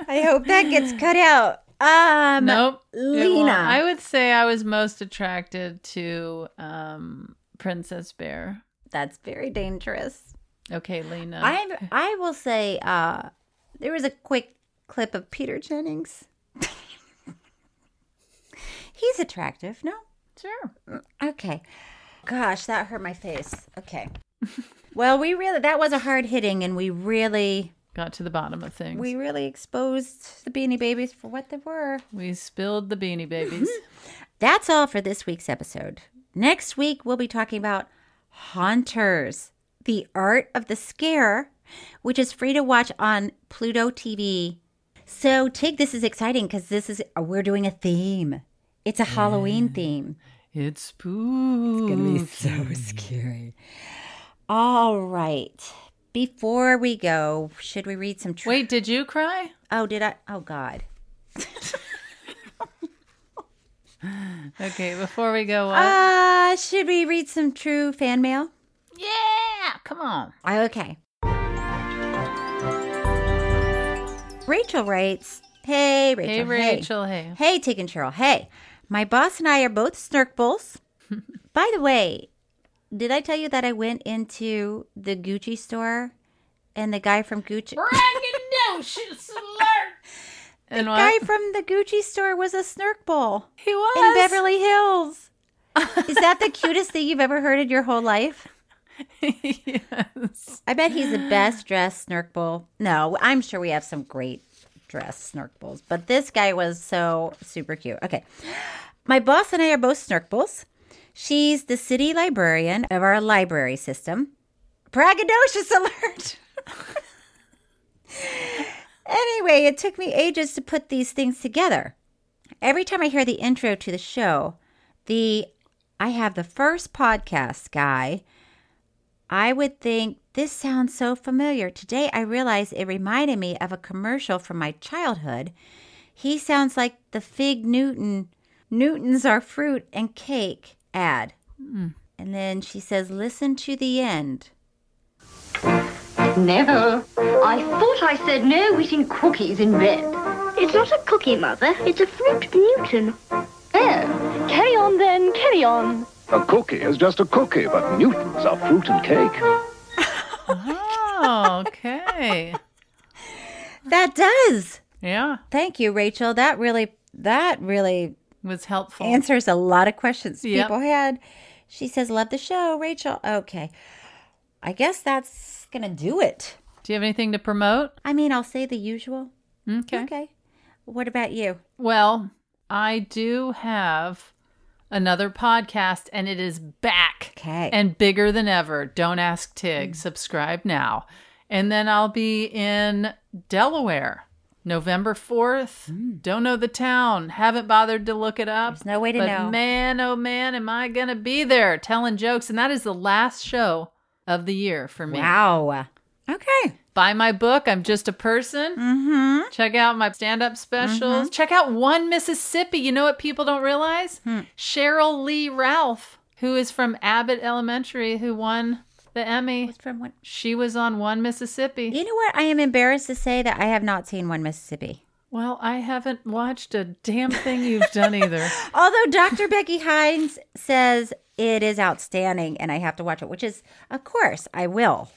Speaker 2: I hope that gets cut out. Um
Speaker 1: nope. it won't.
Speaker 2: Lena.
Speaker 1: I would say I was most attracted to um, Princess Bear.
Speaker 2: That's very dangerous.
Speaker 1: Okay, Lena.
Speaker 2: I I will say uh there was a quick clip of Peter Jennings. He's attractive, no?
Speaker 1: Sure.
Speaker 2: Okay. Gosh, that hurt my face. Okay. well, we really that was a hard hitting and we really
Speaker 1: got to the bottom of things.
Speaker 2: we really exposed the beanie babies for what they were.
Speaker 1: We spilled the beanie babies.
Speaker 2: Mm-hmm. That's all for this week's episode. Next week, we'll be talking about Haunters, the art of the scare, which is free to watch on Pluto TV. So, Tig, this is exciting because this is, uh, we're doing a theme. It's a Halloween theme.
Speaker 1: it's spooky.
Speaker 2: It's going to be so scary. All right. Before we go, should we read some? Tr-
Speaker 1: Wait, did you cry?
Speaker 2: Oh, did I? Oh, God.
Speaker 1: Okay, before we go on.
Speaker 2: Uh, should we read some true fan mail?
Speaker 1: yeah, come on.
Speaker 2: Okay. Rachel writes, Hey, Rachel.
Speaker 1: Hey, Rachel, hey.
Speaker 2: Hey, Tig and Cheryl. Hey, my boss and I are both snark bulls. By the way, did I tell you that I went into the Gucci store and the guy from Gucci,
Speaker 8: Braggadocious alert!
Speaker 1: And what?
Speaker 2: guy from the Gucci store was a snark bull
Speaker 1: he was
Speaker 2: in Beverly Hills? Is that the cutest thing you've ever heard in your whole life?
Speaker 1: yes.
Speaker 2: I bet he's the best dressed snark bull. No, I'm sure we have some great dressed snark bulls, but this guy was so super cute. Okay. My boss and I are both snark bulls. She's the city librarian of our library system. Braggadocious alert! anyway, it took me ages to put these things together. Every time I hear the intro to the show, the I have the first podcast guy I would think this sounds so familiar. Today I realized it reminded me of a commercial from my childhood. He sounds like the Fig Newton, Newtons are fruit and cake ad. And then she says, listen to the end.
Speaker 12: Never. I thought I said no eating cookies in bed. It's not a cookie, Mother. It's a fruit Newton. Oh, carry on then, carry on.
Speaker 5: A cookie is just a cookie, but Newtons are fruit and cake.
Speaker 1: Oh, okay.
Speaker 2: That does.
Speaker 1: Yeah,
Speaker 2: Thank you, Rachel. That really, that really
Speaker 1: was helpful.
Speaker 2: answers a lot of questions
Speaker 1: Yep.
Speaker 2: people had. She says, love the show, Rachel. Okay. I guess that's going to do it.
Speaker 1: Do you have anything to promote?
Speaker 2: I mean, I'll say the usual.
Speaker 1: Okay.
Speaker 2: Okay. What about you?
Speaker 1: Well, I do have another podcast and it is back
Speaker 2: Okay. Hmm.
Speaker 1: and bigger than ever. Don't ask Tig. Subscribe now. And then I'll be in Delaware November 4th. Don't know the town. Haven't bothered to look it up.
Speaker 2: Hmm. There's no way to
Speaker 1: but
Speaker 2: know.
Speaker 1: Man, oh man, am I going to be there telling jokes. And that is the last show of the year for me.
Speaker 2: Wow. Okay.
Speaker 1: Buy my book, I'm Just a Person.
Speaker 2: Mm-hmm.
Speaker 1: Check out my stand up specials. Check out One Mississippi. You know what people don't realize?
Speaker 2: Hmm.
Speaker 1: Cheryl Lee Ralph, who is from Abbott Elementary, who won the Emmy.
Speaker 2: From what?
Speaker 1: She was on One Mississippi.
Speaker 2: You know what? I am embarrassed to say that I have not seen One Mississippi.
Speaker 1: Well, I haven't watched a damn thing you've done either.
Speaker 2: Although Dr. Becky Hines says it is outstanding and I have to watch it, which is, of course, I will.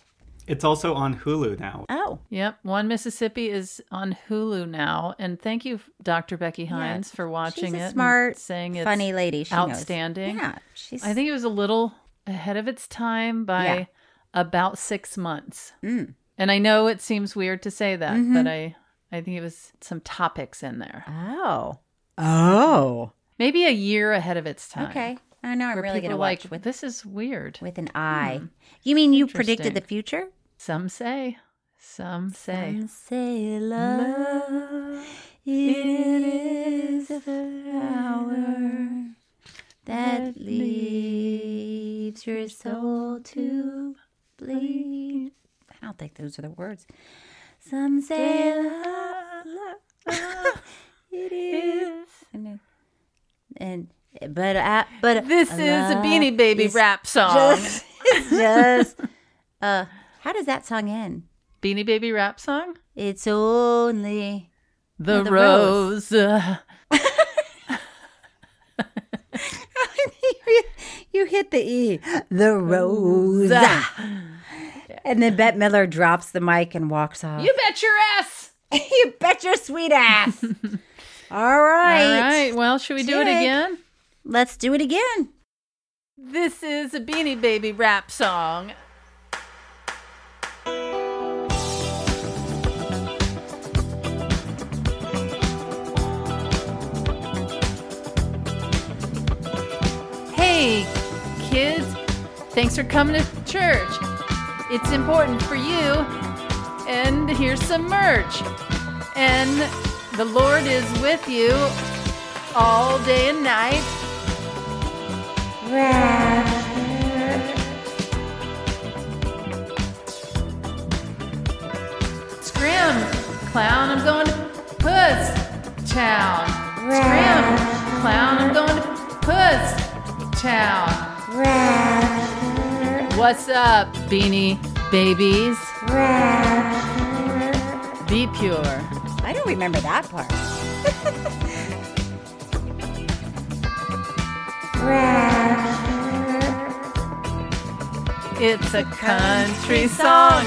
Speaker 11: It's also on Hulu now.
Speaker 2: Oh,
Speaker 1: Yep, One Mississippi is on Hulu now, and thank you, Dr. Becky Hines, for watching
Speaker 2: she's
Speaker 1: it.
Speaker 2: a
Speaker 1: and
Speaker 2: smart,
Speaker 1: saying it's
Speaker 2: funny lady. She knows.
Speaker 1: outstanding.
Speaker 2: Yeah, she's.
Speaker 1: I think it was a little ahead of its time by
Speaker 2: Yeah.
Speaker 1: about six months.
Speaker 2: Mm. Mm-hmm.
Speaker 1: And I know it seems weird to say that, but I I think it was some topics in there.
Speaker 2: Oh. Oh.
Speaker 1: Maybe a year ahead of its time.
Speaker 2: Okay. I know. I'm
Speaker 1: Where
Speaker 2: really going
Speaker 1: people
Speaker 2: to
Speaker 1: are like
Speaker 2: watch with
Speaker 1: this is weird.
Speaker 2: with an eye. You mean you predicted
Speaker 1: Interesting.
Speaker 2: the future?
Speaker 1: Some say, some say.
Speaker 2: Some say love, it is the hour that leaves your soul to bleed. I don't think those are the words. Some say love, love, it is. And, and but I, but
Speaker 1: This is a
Speaker 2: love
Speaker 1: Beanie Baby
Speaker 2: is
Speaker 1: rap song.
Speaker 2: Just, it's just uh, how does that song end?
Speaker 1: Beanie Baby rap song?
Speaker 2: It's only
Speaker 1: The,
Speaker 2: the
Speaker 1: rose.
Speaker 2: rose.
Speaker 1: uh,
Speaker 2: you hit the E, the rose, and then Bette Miller drops the mic and walks off.
Speaker 1: You bet your ass.
Speaker 2: you bet your sweet ass. All right.
Speaker 1: All right. Well, should we do it
Speaker 2: Jake.
Speaker 1: again?
Speaker 2: Let's do it again.
Speaker 1: This is a Beanie Baby rap song. Hey, kids, thanks for coming to church. It's important for you. And here's some merch. And the Lord is with you all day and night. Scrim, clown, I'm going to Puss Town. Scrim, clown, I'm going to Puss Town. What's up, beanie babies? Be pure.
Speaker 2: I don't remember that part.
Speaker 1: It's a country song.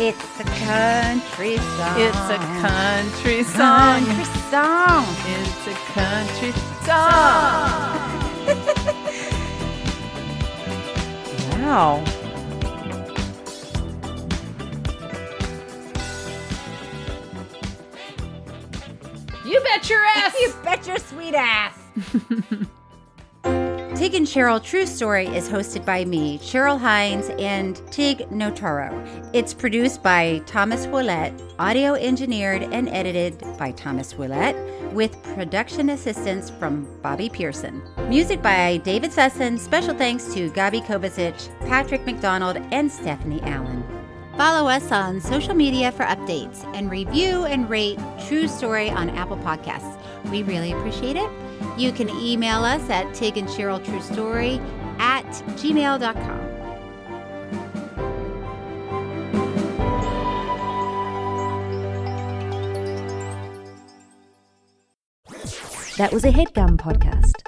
Speaker 2: It's a country song.
Speaker 1: It's a country song.
Speaker 2: Country song.
Speaker 1: It's a country song.
Speaker 2: Wow.
Speaker 1: You bet your ass.
Speaker 2: You bet your sweet ass. Tig and Cheryl True Story is hosted by me, Cheryl Hines, and Tig Notaro. It's produced by Thomas Willett, audio engineered and edited by Thomas Willett, with production assistance from Bobby Pearson. Music by David Sesson. Special thanks to Gabi Kovacic, Patrick McDonald, and Stephanie Allen. Follow us on social media for updates and review and rate True Story on Apple Podcasts. We really appreciate it. You can email us at Tig and Cheryl True Story at gmail.com.
Speaker 13: That was a headgum podcast.